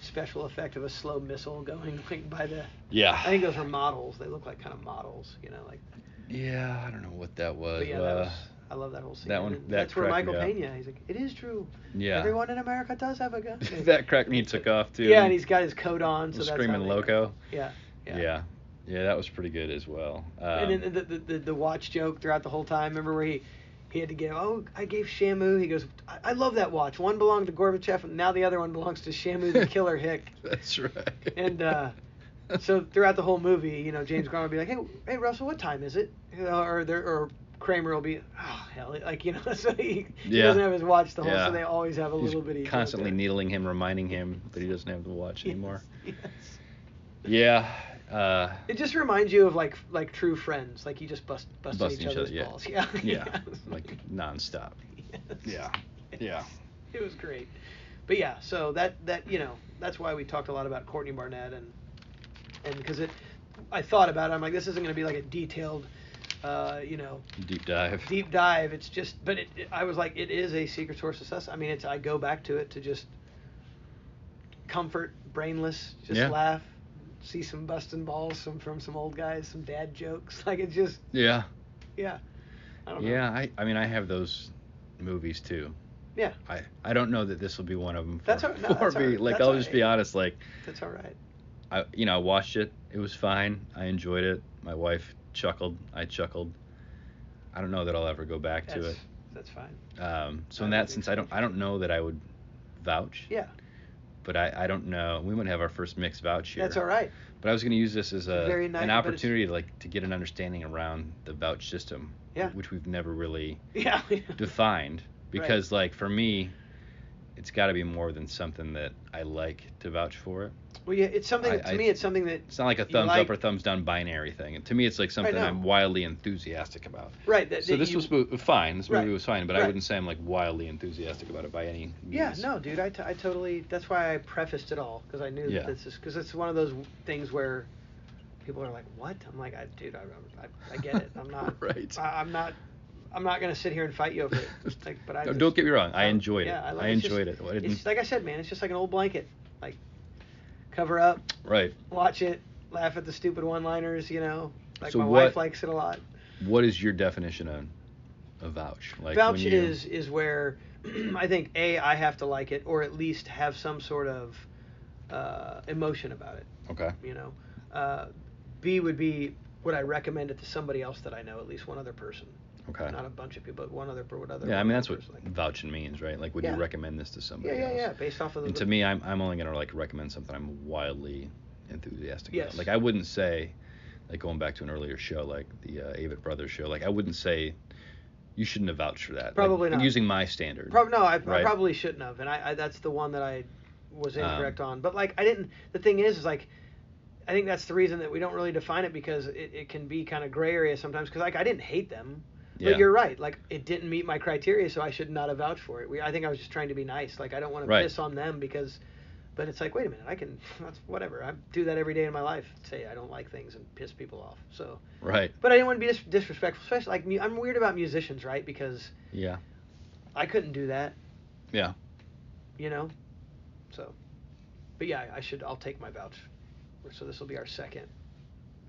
D: special effect of a slow missile going like by the.
C: Yeah.
D: I think those were models. They look like kind of models, you know, like.
C: yeah, I don't know what that was.
D: But yeah, that
C: uh,
D: was, I love that whole scene.
C: that one-
D: And
C: that
D: that's where
C: cracked
D: Michael
C: me up.
D: Pena. He's like, it is true.
C: Yeah.
D: Everyone in America does have a gun.
C: that cracked me. Took off too.
D: yeah, and he's got his coat on, so
C: was
D: that's how
C: screaming
D: they-
C: loco.
D: Yeah.
C: Yeah. yeah. that was pretty good as well. Um,
D: and then the, the, the, the watch joke throughout the whole time. Remember where he, he had to give, oh, I gave Shamu. He goes, I, I love that watch. One belonged to Gorbachev, and now the other one belongs to Shamu the Killer Hick.
C: That's right.
D: And uh, so throughout the whole movie, you know, James Garner will be like, hey, hey, Russell, what time is it? You know, or there, or Kramer will be, oh, hell, like, you know, so he, he
C: Yeah.
D: doesn't have his watch the whole,
C: Yeah.
D: so they always have a
C: He's
D: little bit of
C: constantly needling him, reminding him that he doesn't have the watch anymore.
D: Yes.
C: Yeah. Uh,
D: It just reminds you of like like true friends, like you just bust busting, each, other's
C: yeah.
D: balls. Yeah.
C: yeah. Like nonstop.
D: Yes.
C: Yeah. Yeah.
D: it was great. But yeah, so that that you know that's why we talked a lot about Courtney Barnett and and because it, I thought about it. I'm like, this isn't going to be like a detailed, uh, you know,
C: Deep dive.
D: deep dive. It's just, but it, it- I was like, it is a secret source of success. I mean, it's I go back to it to just comfort, brainless, just
C: Yeah.
D: laugh, see some busting balls some, from some old guys, some dad jokes. Like it's just,
C: Yeah.
D: yeah, I don't know.
C: Yeah. I, I mean, I have those movies too.
D: yeah,
C: I, I don't know that this will be one of them. For,
D: That's all- no,
C: for
D: that's all
C: me.
D: right.
C: Like,
D: That's
C: I'll
D: all
C: just
D: right.
C: be honest. Like,
D: that's all right.
C: I, you know, I watched it. It was fine. I enjoyed it. My wife chuckled. I chuckled. I don't know that I'll ever go back
D: That's
C: to it.
D: that's fine.
C: Um, so in
D: I
C: that
D: don't think
C: sense,
D: so.
C: I don't I don't know that I would vouch.
D: Yeah,
C: But I, I don't know. We might have our first mixed vouch here.
D: that's all right.
C: But I was going to use this as a
D: Very nice,
C: an
D: but it's-
C: opportunity to, like to get an understanding around the vouch system,
D: Yeah.
C: which we've never really
D: Yeah.
C: defined. Because like for me, it's got to be more than something that I like to vouch for. It.
D: Well, yeah, it's something
C: I-
D: to
C: I-
D: me. It's something that
C: It's not like a
D: You
C: thumbs
D: like-
C: up or thumbs down binary thing. To me, it's like something
D: know.
C: I'm wildly enthusiastic about.
D: right. That,
C: So
D: that
C: this
D: you,
C: was mo- fine. This movie
D: Right.
C: was fine, but I
D: Right.
C: wouldn't say I'm like wildly enthusiastic about it by any means.
D: Yeah, no, dude, I, t- I totally. That's why I prefaced it all because I knew
C: Yeah.
D: that this is because it's one of those things where people are like, "What?" I'm like, I, "Dude, I, I, I get it. I'm not.
C: Right.
D: I, I'm not. I'm not gonna sit here and fight you over it." It's Like, but I
C: No,
D: just-
C: don't get me wrong. I
D: um,
C: enjoyed
D: yeah,
C: it. I,
D: like- it's
C: enjoyed
D: just-
C: it. I didn't-
D: It's like I said, man. It's just like an old blanket. Like, cover up,
C: right.
D: watch it, laugh at the stupid one-liners. You know, like
C: So
D: my
C: what-
D: wife likes it a lot.
C: What is your definition of a vouch? Like
D: vouch
C: when you-
D: is is where I think a I have to like it or at least have some sort of uh, emotion about it.
C: okay.
D: You know, uh, B would be would I recommend it to somebody else that I know, at least one other person,
C: Okay.
D: not a bunch of people, but one other per what other.
C: Yeah, I
D: one
C: mean
D: other
C: that's what
D: person,
C: vouching means, right? Like, would
D: Yeah.
C: you recommend this to
D: yeah,
C: somebody
D: yeah,
C: else?
D: yeah. Based off of the
C: And to me, I'm I'm only gonna like recommend something I'm wildly enthusiastic
D: Yes.
C: about. Like I wouldn't say, like going back to an earlier show, like the uh, Avett Brothers show, like I wouldn't say you shouldn't have vouched for that. Like,
D: Probably not.
C: Using my standard.
D: Prob- no, I, I
C: Right.
D: probably shouldn't have, and I, I that's the one that I was
C: Um,
D: incorrect on. But like, I didn't. The thing is, is like, I think that's the reason that we don't really define it because it, it can be kind of gray area sometimes. Because like, I didn't hate them, but
C: Yeah.
D: you're right. Like, it didn't meet my criteria, so I should not have vouched for it. We, I think I was just trying to be nice. Like, I don't want to
C: Right.
D: piss on them because But it's like, wait a minute, I can, that's whatever. I do that every day in my life. Say I don't like things and piss people off. So,
C: Right.
D: but I didn't want to be dis- disrespectful. Especially like mu- I'm weird about musicians, right? Because
C: Yeah.
D: I couldn't do that,
C: Yeah.
D: you know. So, but yeah, I should. I'll take my vouch. So this will be our second.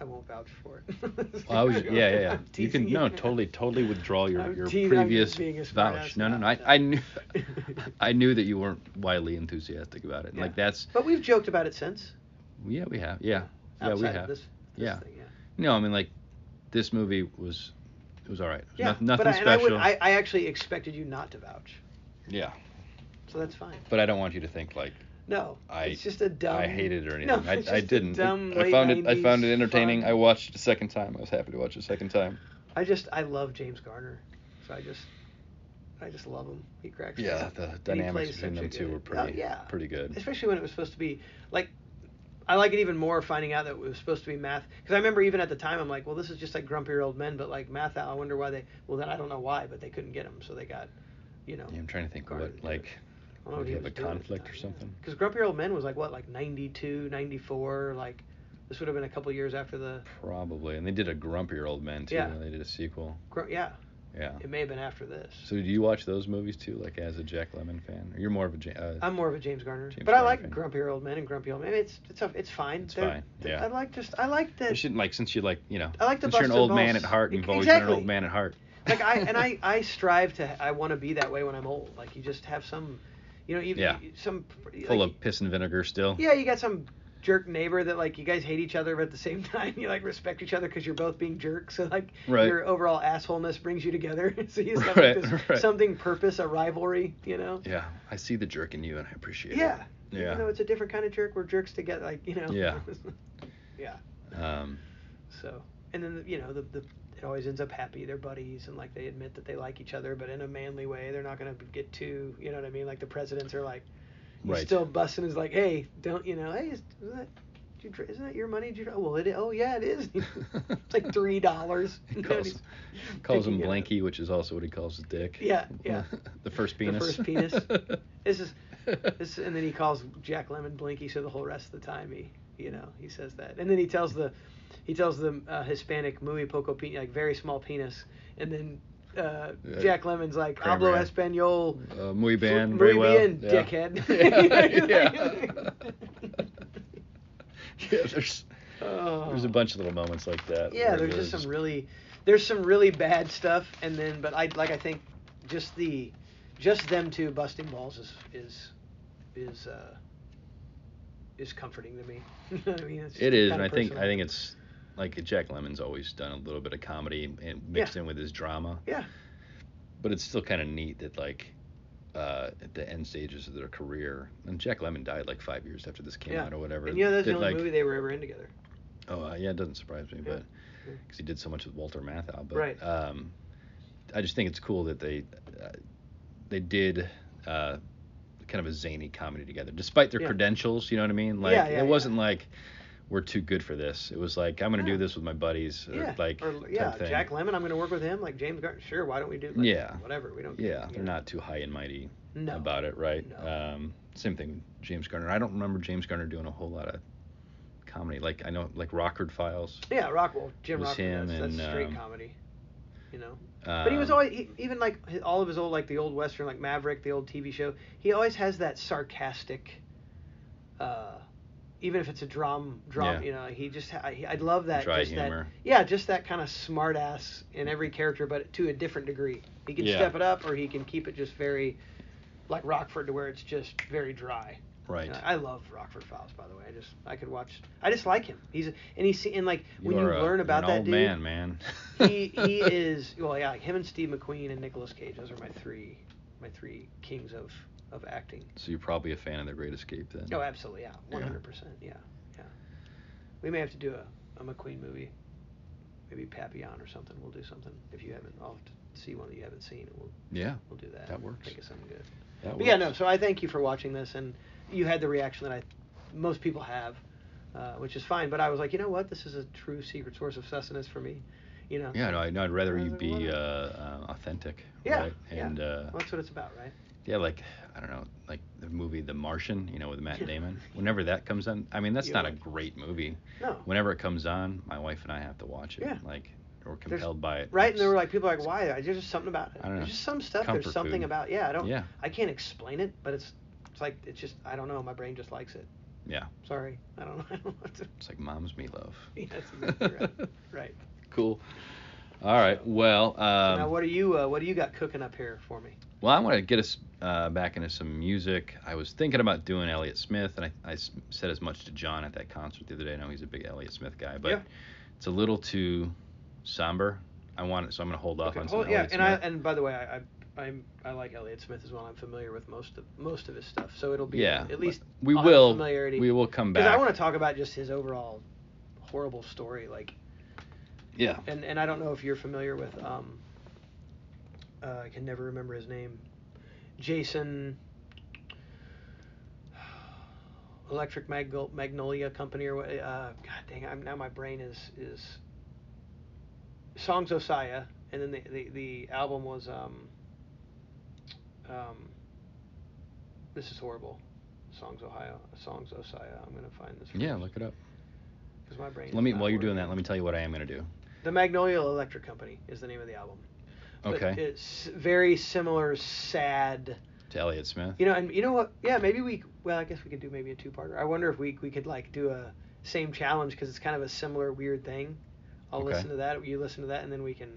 D: I won't vouch for it.
C: Well, I was, yeah, yeah, yeah.
D: I'm
C: You can
D: teasing
C: no, totally, totally withdraw your,
D: I'm
C: your
D: teasing- I'm
C: previous
D: being a
C: vouch.
D: smartass
C: No, no, no. I,
D: about
C: I knew,
D: that.
C: I knew that you weren't widely enthusiastic about it.
D: Yeah.
C: Like that's,
D: But we've joked about it since.
C: yeah, we have, yeah, yeah, we
D: outside of
C: have.
D: This, this
C: Yeah.
D: Thing, yeah.
C: No, I mean like, this movie was, it was all right. It was
D: Yeah,
C: noth- nothing
D: but I,
C: special.
D: And I, would, I, I actually expected you not to vouch,
C: yeah,
D: so that's fine.
C: but I don't want you to think like
D: No,
C: I-
D: it's just a dumb.
C: I hated it or
D: No,
C: anything. I,
D: it's
C: I
D: just a
C: didn't. It-
D: dumb
C: I
D: late
C: found it. I found it
D: 90s
C: entertaining.
D: fun.
C: I watched it a second time. I was happy to watch it a second time.
D: I just I love James Garner, so I just I just love him. He cracks. me
C: Yeah,
D: up.
C: the
D: And he
C: dynamics
D: plays
C: between
D: such
C: them
D: a
C: two
D: good-
C: were
D: Oh,
C: pretty,
D: yeah.
C: pretty good.
D: Especially when it was supposed to be like, I like it even more finding out that it was supposed to be math because I remember even at the time I'm like, well, this is just like grumpier old men, but like math. I wonder why they. Well, then I don't know why, but they couldn't get him, so they got, you know.
C: Yeah, I'm trying to think
D: Garner
C: what
D: did
C: like,
D: it. I
C: did
D: don't know what
C: he
D: he
C: have a
D: was doing at the
C: conflict
D: time,
C: or
D: yeah.
C: something?
D: Because Grumpier Old Men was like what, like 92, 94, like this would have been a couple years after the
C: Probably. And they did a grumpier old men too.
D: Yeah.
C: and They did a sequel.
D: Gru- yeah,
C: Yeah.
D: it may have been after this.
C: So do you watch those movies too, like as a Jack Lemon fan? Or you're more of a Ja- uh,
D: I'm more of a James Garner,
C: James
D: but I
C: Garner
D: like
C: fan.
D: Grumpier Old Men and Grumpy Old Men. It's it's a, it's fine.
C: It's
D: They're-
C: fine,
D: th-
C: yeah.
D: I like just I like
C: you
D: that.
C: shouldn't like since you like you know
D: I like the
C: since you're an
D: Buster
C: old man at
D: Balls.
C: heart
D: E-
C: you've always been an
D: exactly.
C: old man at heart.
D: Like I and I I strive to I want to be that way when I'm old. Like you just have some, you know, even
C: Yeah.
D: some
C: full
D: like,
C: of piss and vinegar still.
D: Yeah, you got some jerk neighbor that like you guys hate each other, but at the same time you like respect each other because you're both being jerks. So like
C: Right.
D: your overall assholeness brings you together. so you just have
C: Right,
D: like, this
C: right.
D: something purpose, a rivalry, you know?
C: Yeah, I see the jerk in you and I appreciate
D: Yeah.
C: it.
D: Even though it's a different kind of jerk, we're jerks together. Like you know.
C: Yeah.
D: yeah.
C: Yeah. Um,
D: So and then you know the the. It always ends up happy. They're buddies, and like they admit that they like each other, but in a manly way. They're not gonna get too, you know what I mean? Like the presidents are like, He's
C: right.
D: still busting is like, hey, don't you know? Hey, is, is that, did you, dr- isn't that your money? Did you, dr- oh, well, it, oh yeah, it is. it's like three dollars.
C: He calls, calls him
D: picking it up.
C: Blanky, which is also what he calls his dick.
D: Yeah, yeah.
C: the first penis. Uh,
D: first penis. This is this, and then he calls Jack Lemon Blinky. So the whole rest of the time, he you know he says that, and then he tells the he tells the uh, Hispanic muy poco penis, like very small penis, and then uh,
C: Yeah.
D: Jack Lemon's like
C: Kramer.
D: hablo espanol.
C: Uh, muy bien,
D: Muy
C: very well.
D: bien,
C: yeah.
D: dickhead.
C: Yeah, yeah. yeah, there's
D: Oh.
C: there's a bunch of little moments like that.
D: Yeah,
C: where
D: there's
C: they're
D: just some really there's some really bad stuff and then but I like I think just the just them two busting balls is is is uh is comforting to me. You know what I mean? It's just
C: It is, and
D: kinda
C: I think I
D: personal.
C: think it's like Jack Lemon's always done a little bit of comedy and mixed in with his drama,
D: Yeah.
C: but it's still kind of neat that like uh, at the end stages of their career, and Jack Lemon died like five years after this came
D: yeah.
C: out or whatever.
D: And you know that's the
C: that,
D: only
C: like,
D: movie they were ever in together.
C: Oh uh, yeah, it doesn't surprise me,
D: Yeah.
C: but
D: Yeah.
C: because he did so much with Walter Matthau. But
D: Right.
C: um, I just think it's cool that they uh, they did uh, kind of a zany comedy together, despite their
D: Yeah.
C: credentials. You know what I mean? Like
D: yeah, yeah.
C: it wasn't like we're too good for this. It was like I'm gonna do
D: No.
C: this with my buddies, or
D: yeah.
C: uh, like
D: or,
C: type
D: yeah,
C: thing.
D: Jack Lemmon, I'm going to work with him like James Garner. Sure, why don't we do like,
C: Yeah.
D: whatever. We don't
C: yeah,
D: you
C: they're
D: know.
C: not too high and mighty
D: no.
C: about it, right?
D: No.
C: Um, same thing with James Garner. I don't remember James Garner doing a whole lot of comedy. Like I know like Rockford Files.
D: Yeah, Rockwell, Jim
C: was
D: Rockwell.
C: him
D: That's,
C: and,
D: that's straight
C: um,
D: comedy. You know.
C: Um,
D: But he was always he, even like hi- all of his old like the old western like Maverick, the old TV show. He always has that sarcastic, uh, even if it's a drum drum.
C: Yeah.
D: You know, he just ha- I, he- I love that
C: Dry
D: just
C: humor.
D: that yeah, just that kind of smart ass in every character, but to a different degree. He can
C: Yeah.
D: step it up, or he can keep it just very, like Rockford, to where it's just very dry.
C: right.
D: Uh, I love Rockford Files, by the way. I just I could watch. I just like him. He's and he's and like when you
C: are a-
D: learn
C: you're
D: about
C: an
D: that
C: old
D: dude,
C: man, man.
D: he he is well yeah like him and Steve McQueen and Nicolas Cage those are my three my three kings of of acting.
C: So you're probably a fan of The Great Escape then.
D: Oh absolutely yeah
C: Yeah.
D: one hundred percent yeah yeah. We may have to do a, a McQueen movie, maybe Papillon or something. We'll do something if you haven't. I'll have to see one that you haven't seen and we'll
C: Yeah,
D: we'll do that.
C: That works.
D: Think of something good.
C: that
D: But yeah, no.
C: works.
D: So I thank you for watching this, and you had the reaction that I, most people have, uh, which is fine. But I was like, you know what? This is a true secret source of sustenance for me. You know.
C: Yeah, no, I- no, I'd rather you
D: Rather
C: be
D: what?
C: uh, uh, authentic.
D: Yeah,
C: Right?
D: yeah.
C: And uh,
D: Well, that's what it's about, right?
C: yeah, like I don't know, like the movie The Martian, you know, with Matt
D: Yeah.
C: Damon. Whenever that comes on, I mean, that's
D: You
C: not a
D: would.
C: great movie.
D: No.
C: Whenever it comes on, my wife and I have to watch it.
D: Yeah.
C: Like we're compelled by it.
D: Right, and there
C: It's-
D: were like people are like, why? There's just something about it.
C: I don't know.
D: There's just some stuff.
C: Comfort
D: There's something
C: food.
D: about. Yeah, I don't.
C: Yeah.
D: I can't explain it, but it's it's like it's just I don't know. My brain just likes it.
C: Yeah.
D: Sorry, I don't. I don't know what to.
C: It's like mom's meatloaf.
D: Yeah, that's exactly right. right.
C: cool. All right. Well,
D: So
C: um,
D: now, what are you? Uh, what do you got cooking up here for me?
C: Well, I want to get us uh, back into some music. I was thinking about doing Elliott Smith, and I, I s- said as much to John at that concert the other day. I know he's a big Elliott Smith guy, but
D: Yeah.
C: it's a little too somber. I want it, so I'm gonna hold off
D: Okay,
C: on some
D: hold- yeah,
C: Elliott
D: and I
C: Smith.
D: and by the way, I, I I'm, I like Elliott Smith as well. I'm familiar with most of most of his stuff, so it'll be
C: yeah,
D: at least
C: we
D: I'll have
C: will.
D: familiarity.
C: We will come
D: Because
C: back.
D: I want to talk about just his overall horrible story, like,
C: yeah,
D: and and I don't know if you're familiar with um. Uh, I can never remember his name, Jason. Electric Magno- Magnolia Company or what? Uh, God dang, I'm now my brain is is. Songs Osaya, and then the the, the album was um. Um. This is horrible. Songs Ohio, Songs Osaya. I'm gonna find this.
C: yeah, look it up.
D: Because my brain.
C: Let
D: is
C: me
D: not
C: while you're doing
D: working.
C: that. Let me tell you what I am gonna do.
D: The Magnolia Electric Company is the name of the album. But
C: Okay,
D: it's very similar, sad.
C: to Elliott Smith.
D: You know, and you know what? Yeah, maybe we. Well, I guess we could do maybe a two-parter. I wonder if we we could like do a same challenge because it's kind of a similar weird thing. I'll
C: Okay.
D: listen to that. You listen to that, and then we can.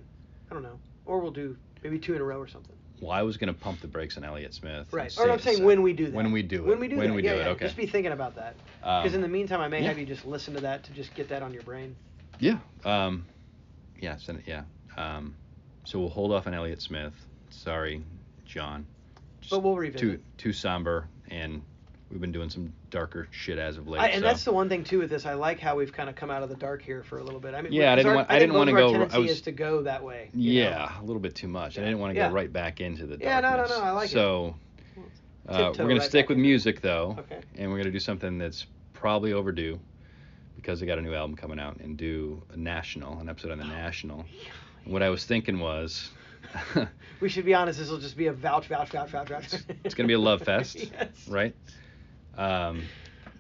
D: I don't know. Or we'll do maybe two in a row or something.
C: Well, I was gonna pump the brakes on Elliott Smith. and
D: Right.
C: save
D: Or I'm
C: it,
D: saying
C: so-
D: when we do that.
C: When we do it.
D: When we do
C: When
D: that.
C: we
D: yeah,
C: do it.
D: yeah.
C: Okay.
D: Just be thinking about that. Because
C: Um,
D: in the meantime, I may
C: yeah.
D: have you just listen to that to just get that on your brain.
C: Yeah. Um, yeah. Send it. Yeah. Um, so we'll hold off on Elliott Smith. Sorry, John. Just
D: But we'll revisit.
C: Too too somber, and we've been doing some darker shit as of late.
D: I, and
C: so-
D: that's the one thing too with this. I like how we've kind of come out of the dark here for a little bit. I mean,
C: Yeah, I
D: because
C: didn't
D: our-
C: want- I
D: think
C: didn't
D: most
C: wanna
D: of our
C: go- I
D: Tendency
C: was-
D: is to go that way. you know?
C: yeah, a little bit too much. I didn't want to
D: Yeah.
C: go right back into the
D: Yeah, no, no,
C: darkness.
D: no, I like it.
C: so, uh,
D: Tiptoe
C: we're gonna
D: right
C: stick
D: back
C: with
D: into it.
C: music though,
D: Okay.
C: and we're gonna do something that's probably overdue because they got a new album coming out, and do a national, an episode on the
D: Oh,
C: national. And what I was thinking was.
D: We should be honest. This will just be a vouch, vouch, vouch, vouch, vouch.
C: it's gonna be a love fest,
D: Yes.
C: right? Um,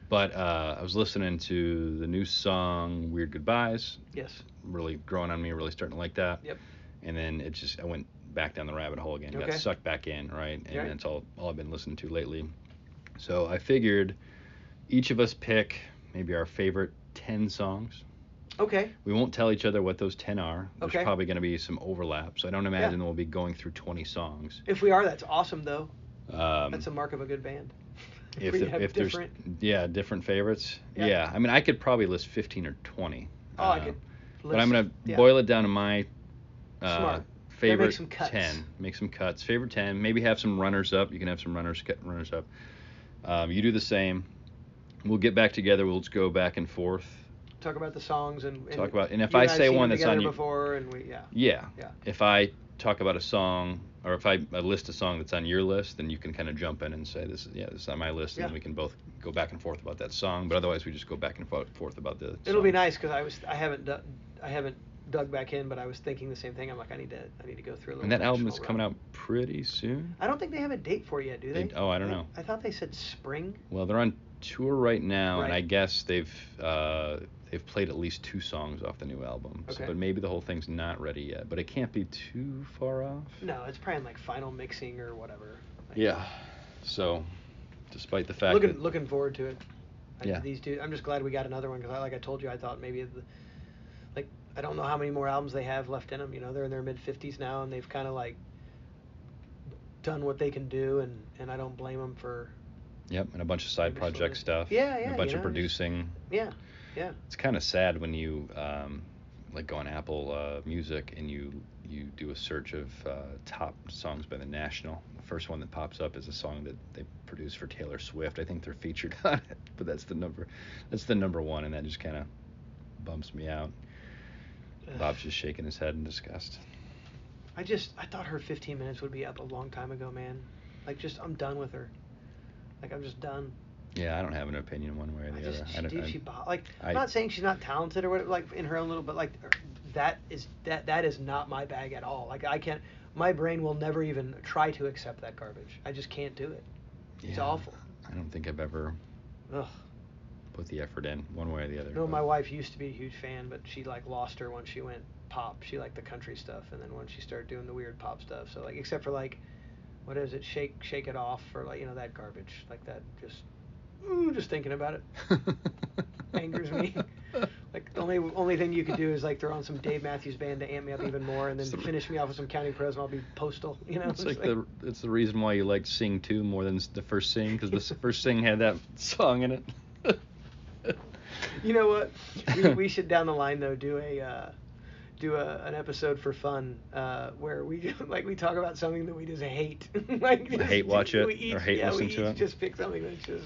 C: but uh, I was listening to the new song "Weird Goodbyes,"
D: Yes.
C: really growing on me, really starting to like that.
D: Yep.
C: And then it just I went back down the rabbit hole again, got
D: Okay.
C: sucked back in, right? And
D: Right.
C: that's all all I've been listening to lately. So I figured each of us pick maybe our favorite ten songs.
D: Okay.
C: We won't tell each other what those ten are. There's
D: Okay.
C: probably going to be some overlap, so I don't imagine we'll be going through 20 songs.
D: If we are, that's awesome though.
C: Um,
D: That's a mark of a good band.
C: if,
D: we
C: the-
D: have
C: if there's
D: different.
C: yeah different favorites
D: Yeah.
C: yeah. i mean i could probably list 15 or 20
D: Oh, I
C: uh,
D: could.
C: but i'm gonna
D: list- yeah.
C: boil it down to my uh,
D: Smart. Gotta make
C: favorite
D: some cuts.
C: 10 make some cuts favorite 10 maybe have some runners up you can have some runners cut- runners up um, you do the same we'll get back together we'll just go back and forth
D: talk about the songs and, and
C: Talk about- and if
D: you
C: I
D: guys
C: say
D: seen them
C: one that's on
D: together
C: you-
D: before and we yeah
C: yeah
D: Yeah.
C: if i talk about a song or if I, I list a song that's on your list then you can kind of jump in and say this is yeah this is on my list and
D: Yeah.
C: we can both go back and forth about that song but otherwise we just go back and fo- forth about the
D: It'll be
C: song.
D: nice because I was I haven't du- I haven't dug back in, but I was thinking the same thing. I'm like I need to I need to go through a little.
C: And that album is
D: national
C: coming
D: route.
C: out pretty soon.
D: I don't think they have a date for it yet, do they?
C: They- oh, I don't
D: I-
C: know.
D: I thought they said spring.
C: Well, they're on tour right now, and
D: Right.
C: I guess they've uh, they've played at least two songs off the new album. So-
D: Okay.
C: but maybe the whole thing's not ready yet. But it can't be too far off.
D: No, it's probably in like final mixing or whatever. Like,
C: Yeah. So, despite the fact
D: Looking
C: that
D: looking forward to it. I,
C: Yeah.
D: These two. I'm just glad we got another one because I, like I told you, I thought maybe the, like I don't know how many more albums they have left in them. You know, they're in their mid 50s now, and they've kind of like done what they can do, and and I don't blame them for
C: yep, and a bunch of side
D: Maybe sort
C: project
D: of-
C: stuff.
D: Yeah,
C: and
D: yeah,
C: A bunch
D: you
C: of
D: know, just-
C: producing.
D: yeah, yeah.
C: It's kind of sad when you um, like go on Apple uh, Music and you you do a search of uh, top songs by the National. The first one that pops up is a song that they produced for Taylor Swift. I think they're featured on it, but that's the number that's the number one, and that just kind of bumps me out.
D: Ugh.
C: Bob's just shaking his head in disgust.
D: I just I thought her 15 minutes would be up a long time ago, man. Like just I'm done with her. Like I'm just done.
C: Yeah, I don't have an opinion one way or
D: I
C: the
D: just
C: other.
D: she,
C: I don't,
D: dude,
C: I-
D: she bo- like
C: I-
D: I'm not saying she's not talented or whatever, like in her own little, but like her- that is that that is not my bag at all. Like I can't. My brain will never even try to accept that garbage. I just can't do it. It's
C: Yeah.
D: awful.
C: I don't think I've ever
D: Ugh.
C: put the effort in one way or the other.
D: No,
C: but-
D: my wife used to be a huge fan, but she like lost her once she went pop. She liked the country stuff, and then once she started doing the weird pop stuff, so like except for like, what is it? Shake Shake It Off or like you know that garbage like that. Just, ooh, just thinking about it angers me. Like the only only thing you could do is like throw on some Dave Matthews Band to amp me up even more, and then
C: Some-
D: finish me off with some Counting Crows, and I'll be postal. You know,
C: It's like the it's the reason why you liked Sing Two more than s- the first Sing because the s- first Sing had that song in it.
D: You know what? We, we should down the line though do a uh, do a, an episode for fun uh, where we just, like we talk about something that we just hate. like just-
C: hate watch
D: we
C: it or hate
D: yeah,
C: listen
D: we
C: to
D: each
C: it.
D: Just pick something that's just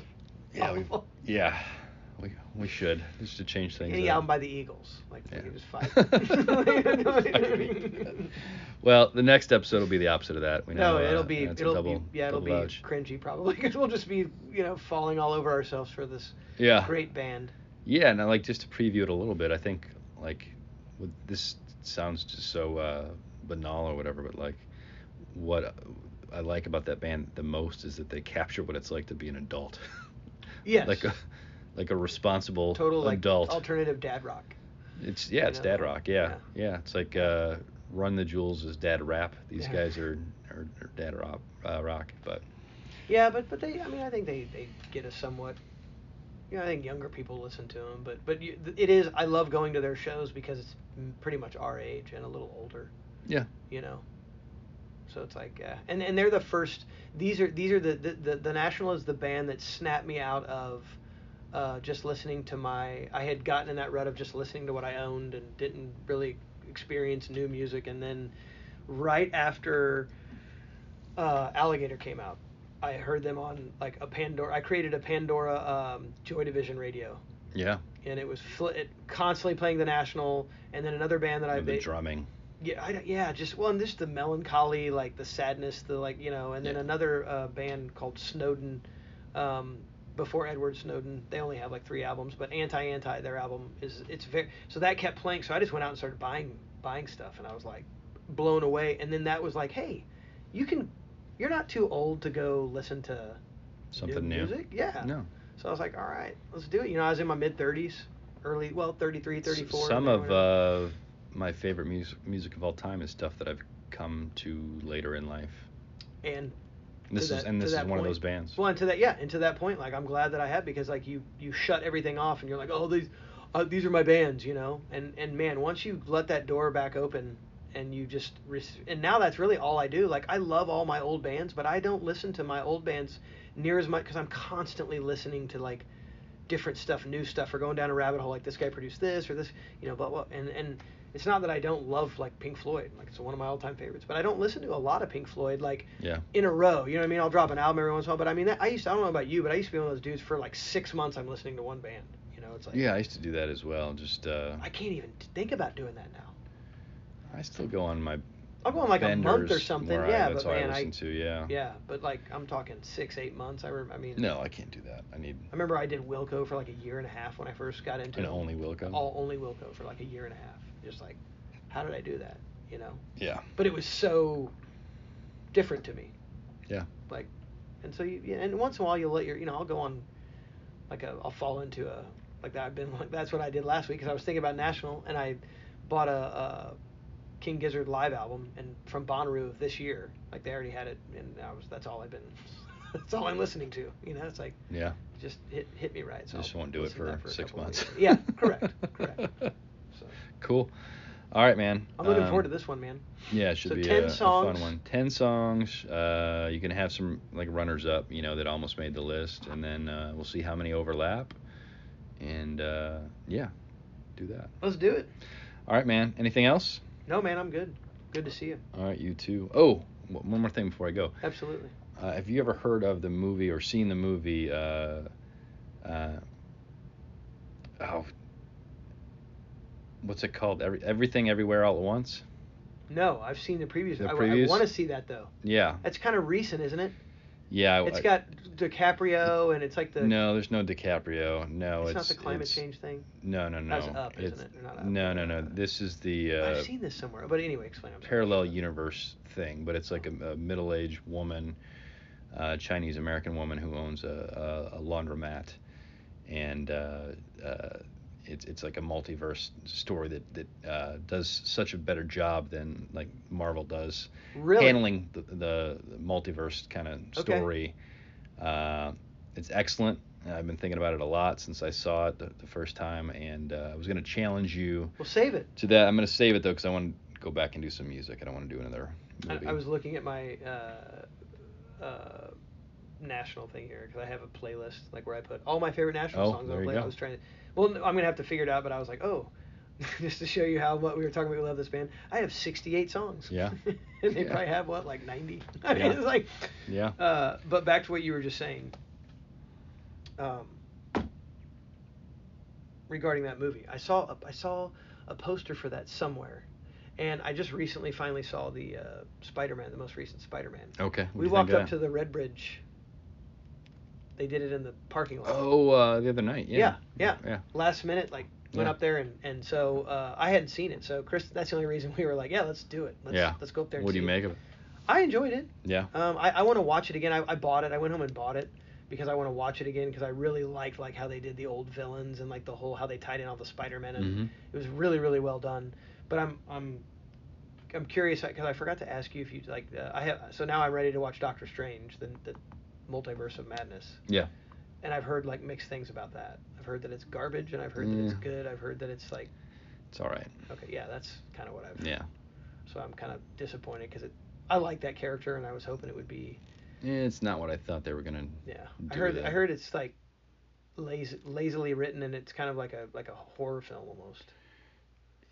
C: yeah, we
D: awful.
C: yeah, we we should just to change things.
D: any
C: up.
D: album by the Eagles. Like we
C: Yeah.
D: can just fight.
C: Fucking- well, the next episode will be the opposite of that. We know,
D: no,
C: uh,
D: it'll be
C: it's a
D: it'll
C: double-
D: be yeah it'll
C: double
D: be
C: dodge.
D: cringy probably because we'll just be you know falling all over ourselves for this
C: Yeah.
D: great band.
C: Yeah, and I like just to preview it a little bit. I think like with this sounds just so uh, banal or whatever, but like what I like about that band the most is that they capture what it's like to be an adult,
D: Yes,
C: like a like a responsible
D: total like
C: adult.
D: alternative dad rock.
C: it's yeah, it's
D: you know,
C: dad rock. Yeah, yeah, it's like uh, Run the Jewels is dad rap. These
D: Yeah.
C: guys are are, are dad rock, uh, rock, but
D: Yeah, but but they I mean I think they they get a somewhat you know I think younger people listen to them, but but you, th- it is I love going to their shows because it's m- pretty much our age and a little older,
C: yeah,
D: you know. So it's like uh, and and they're the first these are these are the the the, the National is the band that snapped me out of uh, just listening to my I had gotten in that rut of just listening to what I owned and didn't really experience new music and then right after uh, Alligator came out. I heard them on like a Pandora. I created a Pandora um, Joy Division radio,
C: yeah,
D: and it was fl- it constantly playing the National, and then another band that I
C: with the
D: ba-
C: drumming.
D: yeah, I, don't- yeah, just well, and just the melancholy, like the sadness, the like you know, and then
C: Yeah.
D: another uh, band called Snowden, um, before Edward Snowden. They only have like three albums, but Anti Anti, their album is it's very so that kept playing. So I just went out and started buying buying stuff, and I was like blown away. And then that was like, hey, you can, you're not too old to go listen to
C: Something new.
D: music. Yeah.
C: No.
D: So I was like, all right, let's do it. You know, I was in my mid 30s, early well, 33,
C: S-
D: 34.
C: Some
D: or
C: of
D: whatever.
C: uh, my favorite music music of all time is stuff that I've come to later in life.
D: and
C: And This
D: to
C: is
D: that-
C: and
D: to
C: this is
D: that
C: one of
D: point.
C: those bands.
D: Well, and to that, yeah, and to that point, like I'm glad that I had because like you you shut everything off and you're like, oh these, uh, these are my bands, you know. And and man, once you let that door back open and you just re- and now that's really all I do. Like I love all my old bands, but I don't listen to my old bands near as much because I'm constantly listening to like different stuff, new stuff, or going down a rabbit hole like this guy produced this or this, you know, blah blah. And and it's not that I don't love like Pink Floyd, like it's one of my all-time favorites, but I don't listen to a lot of Pink Floyd. Like
C: Yeah.
D: in a row. You know what I mean? I'll drop an album every once in a while, but I mean, that, I used to, I don't know about you, but I used to be one of those dudes for like six months. I'm listening to one band. You know, it's like
C: Yeah, I used to do that as well. Just uh,
D: I can't even t- think about doing that now.
C: I still go on my.
D: I'll go on like a month or
C: benders
D: something.
C: where I-
D: Yeah,
C: that's
D: but
C: all
D: man,
C: I
D: I,
C: listen to. Yeah.
D: yeah, but like I'm talking six, eight months. I, rem- I mean,
C: No, I can't do that. I need
D: I remember I did Wilco for like a year and a half when I first got into
C: an
D: it.
C: only Wilco.
D: all only Wilco for like a year and a half. Just like, how did I do that? You know,
C: Yeah.
D: but it was so different to me.
C: Yeah.
D: like and so you yeah, and once in a while you'll let your you know i'll go on like a, i'll fall into a like that i've been like that's what i did last week because i was thinking about national and i bought a, a king gizzard live album and from bonnaroo of this year like they already had it and i was that's all i've been that's all i'm listening to you know it's like
C: Yeah.
D: just hit hit me right so
C: Just
D: I'll
C: won't do it
D: listen to
C: for,
D: that a
C: six
D: couple of
C: months.
D: weeks. yeah correct correct so
C: cool. All right, man.
D: i'm looking forward to
C: Um,
D: this one man
C: Yeah, it should
D: So
C: be
D: 10
C: a, a
D: songs.
C: fun one. Ten songs. Uh, you can have some like runners up, you know, that almost made the list, and then uh, we'll see how many overlap. And uh, yeah, do that.
D: let's do it
C: All right, man. Anything else?
D: no man i'm good good to see you
C: All right, you too. Oh, w- one more thing before I go.
D: absolutely
C: Uh, have you ever heard of the movie or seen the movie? Uh, uh, oh, what's it called? Every, everything, everywhere, all at once.
D: no i've seen the previews
C: The
D: I,
C: previews?
D: want to see that though
C: Yeah,
D: That's kind of recent, isn't it?
C: Yeah, I-
D: It's
C: I-
D: got DiCaprio and it's like the
C: no, there's no DiCaprio. No,
D: it's,
C: it's,
D: not the climate
C: it's-
D: change thing.
C: No, no, no.
D: That's Up, isn't
C: It's-
D: it? Or not Up.
C: No, no, no. This is the uh,
D: I've seen this somewhere, but anyway, explain. I'm sorry.
C: parallel universe thing, but it's like a, a middle-aged woman, uh, Chinese American woman who owns a, a, a laundromat, and uh, uh, it's it's like a multiverse story that that uh, does such a better job than like Marvel does
D: Really?
C: handling the, the, the multiverse kind of
D: Okay.
C: story. Uh, it's excellent. I've been thinking about it a lot since I saw it the, the first time, and uh, I was gonna challenge you
D: Well, save it.
C: to that. I'm gonna save it though because I want to go back and do some music. I don't want to do another
D: I,
C: movie.
D: I was looking at my uh, uh, national thing here because I have a playlist like where I put all my favorite national
C: Oh,
D: songs
C: there
D: on a
C: you
D: playlist. I
C: go.
D: was trying to. Well, no, I'm gonna have to figure it out, but I was like, oh, just to show you how much we were talking about we love this band. I have 68 songs.
C: Yeah.
D: and they
C: Yeah.
D: probably have what like 90. I mean,
C: Yeah.
D: it's like.
C: Yeah.
D: Uh, but back to what you were just saying. Um, regarding that movie, I saw a, I saw a poster for that somewhere, and I just recently finally saw the uh, Spider-Man, the most recent Spider-Man.
C: okay. what do
D: we
C: you think
D: walked
C: of
D: up to
C: that?
D: the Red Bridge. They did it in the parking lot.
C: Oh, uh, the other night.
D: yeah,
C: Yeah.
D: yeah.
C: Yeah.
D: Last minute, like went
C: Yeah.
D: up there and and so uh, I hadn't seen it. So Chris, that's the only reason we were like, yeah, let's do it. Let's,
C: Yeah.
D: Let's go up there. And
C: What do
D: see
C: you
D: it."
C: make of it?
D: I enjoyed it.
C: Yeah.
D: Um, I, I want to watch it again. I, I bought it. I went home and bought it because I want to watch it again because I really liked like how they did the old villains and like the whole how they tied in all the Spider Man and
C: Mhm.
D: it was really really well done. But I'm I'm I'm curious because I forgot to ask you if you like uh, I have so now I'm ready to watch Doctor Strange the the multiverse of madness
C: Yeah.
D: and I've heard like mixed things about that. I've heard that it's garbage and I've heard that it's
C: Yeah.
D: good. I've heard that it's like
C: It's all right.
D: okay yeah that's kind of what I've
C: Yeah.
D: so I'm kind of disappointed because it I like that character and I was hoping it would be
C: It's not what I thought they were gonna.
D: Yeah, I
C: do
D: heard.
C: that.
D: I heard it's like lazy, lazily written, and it's kind of like a like a horror film almost.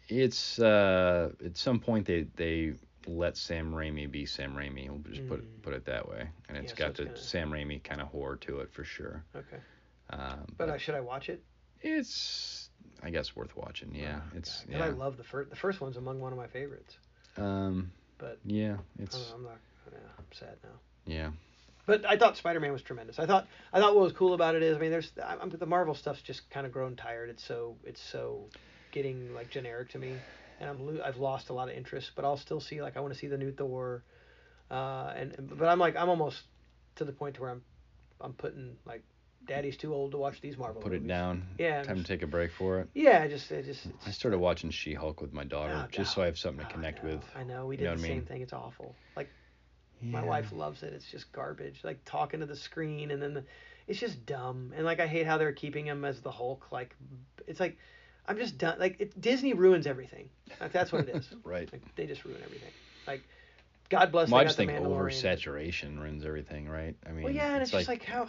C: It's uh, at some point they they let Sam Raimi be Sam Raimi. We'll just put
D: Mm.
C: it, put it that way, and
D: Yeah,
C: it's
D: so
C: got
D: it's
C: the
D: gonna-
C: Sam Raimi kind of horror to it for sure.
D: Okay,
C: Um,
D: but I, should I watch it?
C: it's I guess worth watching. Yeah.
D: Oh,
C: it's
D: God, 'cause
C: yeah.
D: I love the first. The first one's among one of my favorites,
C: um.
D: but
C: Yeah.
D: I
C: It's
D: don't know, I'm not. Yeah, I'm sad now.
C: yeah.
D: But I thought Spider Man was tremendous. I thought I thought what was cool about it is I mean there's I- I'm, the Marvel stuff's just kind of grown tired. It's so it's so getting like generic to me, and I'm lo- I've lost a lot of interest. But I'll still see like I want to see the new Thor, uh, and and- but I'm like I'm almost to the point to where I'm I'm putting like Daddy's too old to watch these Marvel.
C: Put
D: movies.
C: it down.
D: Yeah,
C: Time
D: just-
C: to take a break for it.
D: Yeah, I just I just.
C: I started watching She Hulk with my daughter
D: Oh,
C: just
D: God.
C: so I have something
D: oh,
C: to connect
D: no.
C: with.
D: I know we
C: You
D: did
C: know
D: the
C: what I
D: same
C: mean?
D: thing. It's awful. Like my wife loves it. It's just garbage. Like talking to the screen and then the, it's just dumb. And like I hate how they're keeping him as the Hulk. Like it's like I'm just done. Like it, Disney ruins everything. Like, that's what it is.
C: Right.
D: Like they just ruin everything. Like God bless.
C: Well, I
D: they
C: just
D: got
C: think
D: the Mandalorian.
C: oversaturation ruins everything, right? I mean,
D: Well, yeah, and it's, just like, how,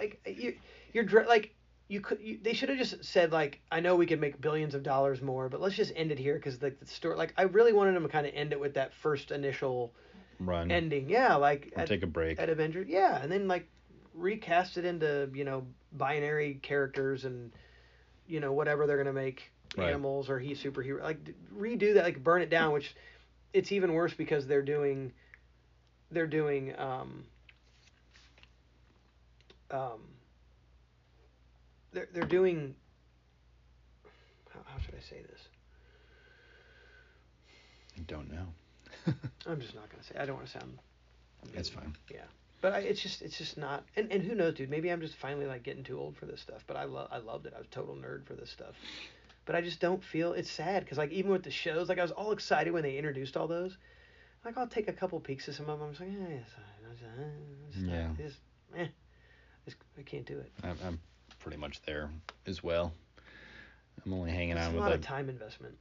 D: like you, you're dr- like you could you, they should have just said like I know we could make billions of dollars more, but let's just end it here because like the story like I really wanted them to kind of end it with that first initial
C: run.
D: ending. Yeah, like
C: Or Hmm. take a break.
D: at Avengers. Yeah, and then like recast it into you know binary characters and you know whatever they're gonna make
C: Right.
D: animals or he superhero like d- redo that like burn it down which it's even worse because they're doing they're doing um um they're they're doing how, how should I say this
C: I don't know.
D: I'm just not gonna say I don't want to sound
C: That's fine.
D: But I, it's just it's just not and, and who knows, dude. Maybe I'm just finally like getting too old for this stuff. But I love I loved it. I was a total nerd for this stuff. But I just don't feel it's sad because like even with the shows, like I was all excited when they introduced all those. Like I'll take a couple peeks of some of them. I'm just like, eh, it's all right. I'm just, eh, it's not-
C: Yeah.
D: it's- eh, it's- I can't do it.
C: I'm, I'm pretty much there as well. I'm only hanging
D: It's a
C: out
D: lot
C: with
D: of
C: them.
D: time investment.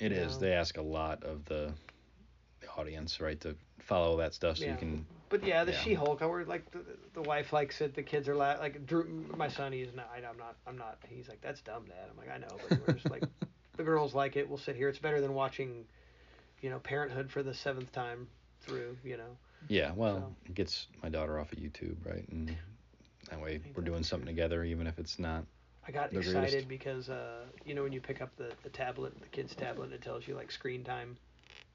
C: It is.
D: know.
C: They ask a lot of the, the audience, right, to follow that stuff so
D: Yeah.
C: you can.
D: But yeah, the
C: Yeah.
D: She-Hulk. I were like the, the wife likes it. The kids are la- like Drew. My son, he's not. I, I'm not. I'm not. He's like that's dumb, Dad. I'm like I know, but we're just like the girls like it. We'll sit here. It's better than watching, you know, Parenthood for the seventh time through. You know.
C: Yeah, well,
D: So-
C: it gets my daughter off of YouTube, right? And that way
D: Ain't
C: we're
D: that
C: doing
D: the
C: something together, even if it's not.
D: I got
C: The greatest.
D: excited because uh, you know when you pick up the, the tablet, the kid's tablet, it tells you like screen time,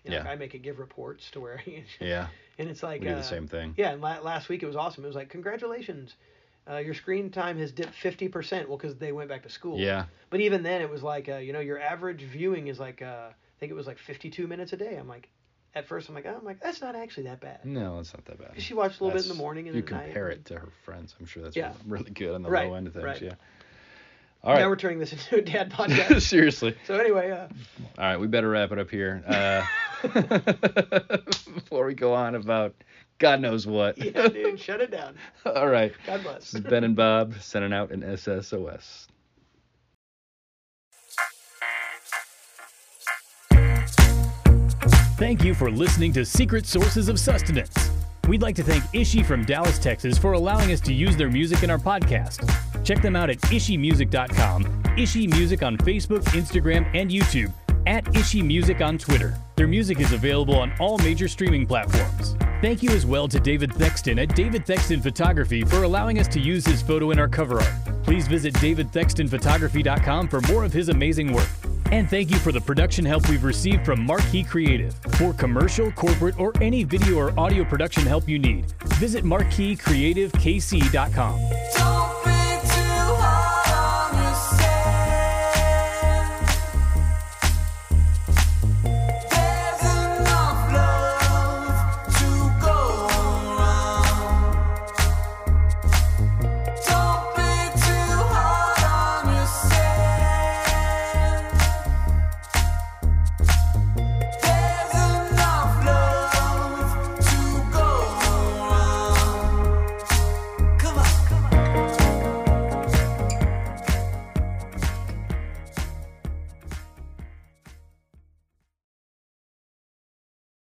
D: You know, like,
C: Yeah.
D: I make it give reports to where.
C: Yeah.
D: And it's like
C: We do the
D: uh,
C: same thing.
D: Yeah, and la- last week it was awesome. It was like congratulations, uh, your screen time has dipped fifty percent. Well, because they went back to school.
C: Yeah.
D: But even then, it was like uh, you know your average viewing is like uh, I think it was like fifty-two minutes a day. I'm like, at first I'm like, oh, I'm like that's not actually that bad.
C: No, it's not that bad.
D: She watched a little bit in the
C: That's-
D: morning and
C: you
D: at night,
C: compare
D: and-
C: it to her friends. I'm sure that's
D: Yeah.
C: really good on the
D: Right,
C: low end of things.
D: right.
C: Yeah. All
D: Now we're
C: right.
D: turning this into a dad podcast.
C: Seriously.
D: so anyway, uh,
C: All right, we better wrap it up here uh, before we go on about God knows what.
D: yeah, dude, shut it down.
C: All right.
D: God bless.
C: This is Ben and Bob sending out an SSOS.
A: Thank you for listening to Secret Sources of Sustenance. We'd like to thank Ishi from Dallas, Texas for allowing us to use their music in our podcast. Check them out at ishimusic.com, Ishi Music on Facebook, Instagram, and YouTube, at Ishi Music on Twitter. Their music is available on all major streaming platforms. Thank you as well to David Thexton at David Thexton Photography for allowing us to use his photo in our cover art. Please visit davidthextonphotography.com for more of his amazing work. And thank you for the production help we've received from Marquee Creative. For commercial, corporate, or any video or audio production help you need, visit marqueecreativekc.com.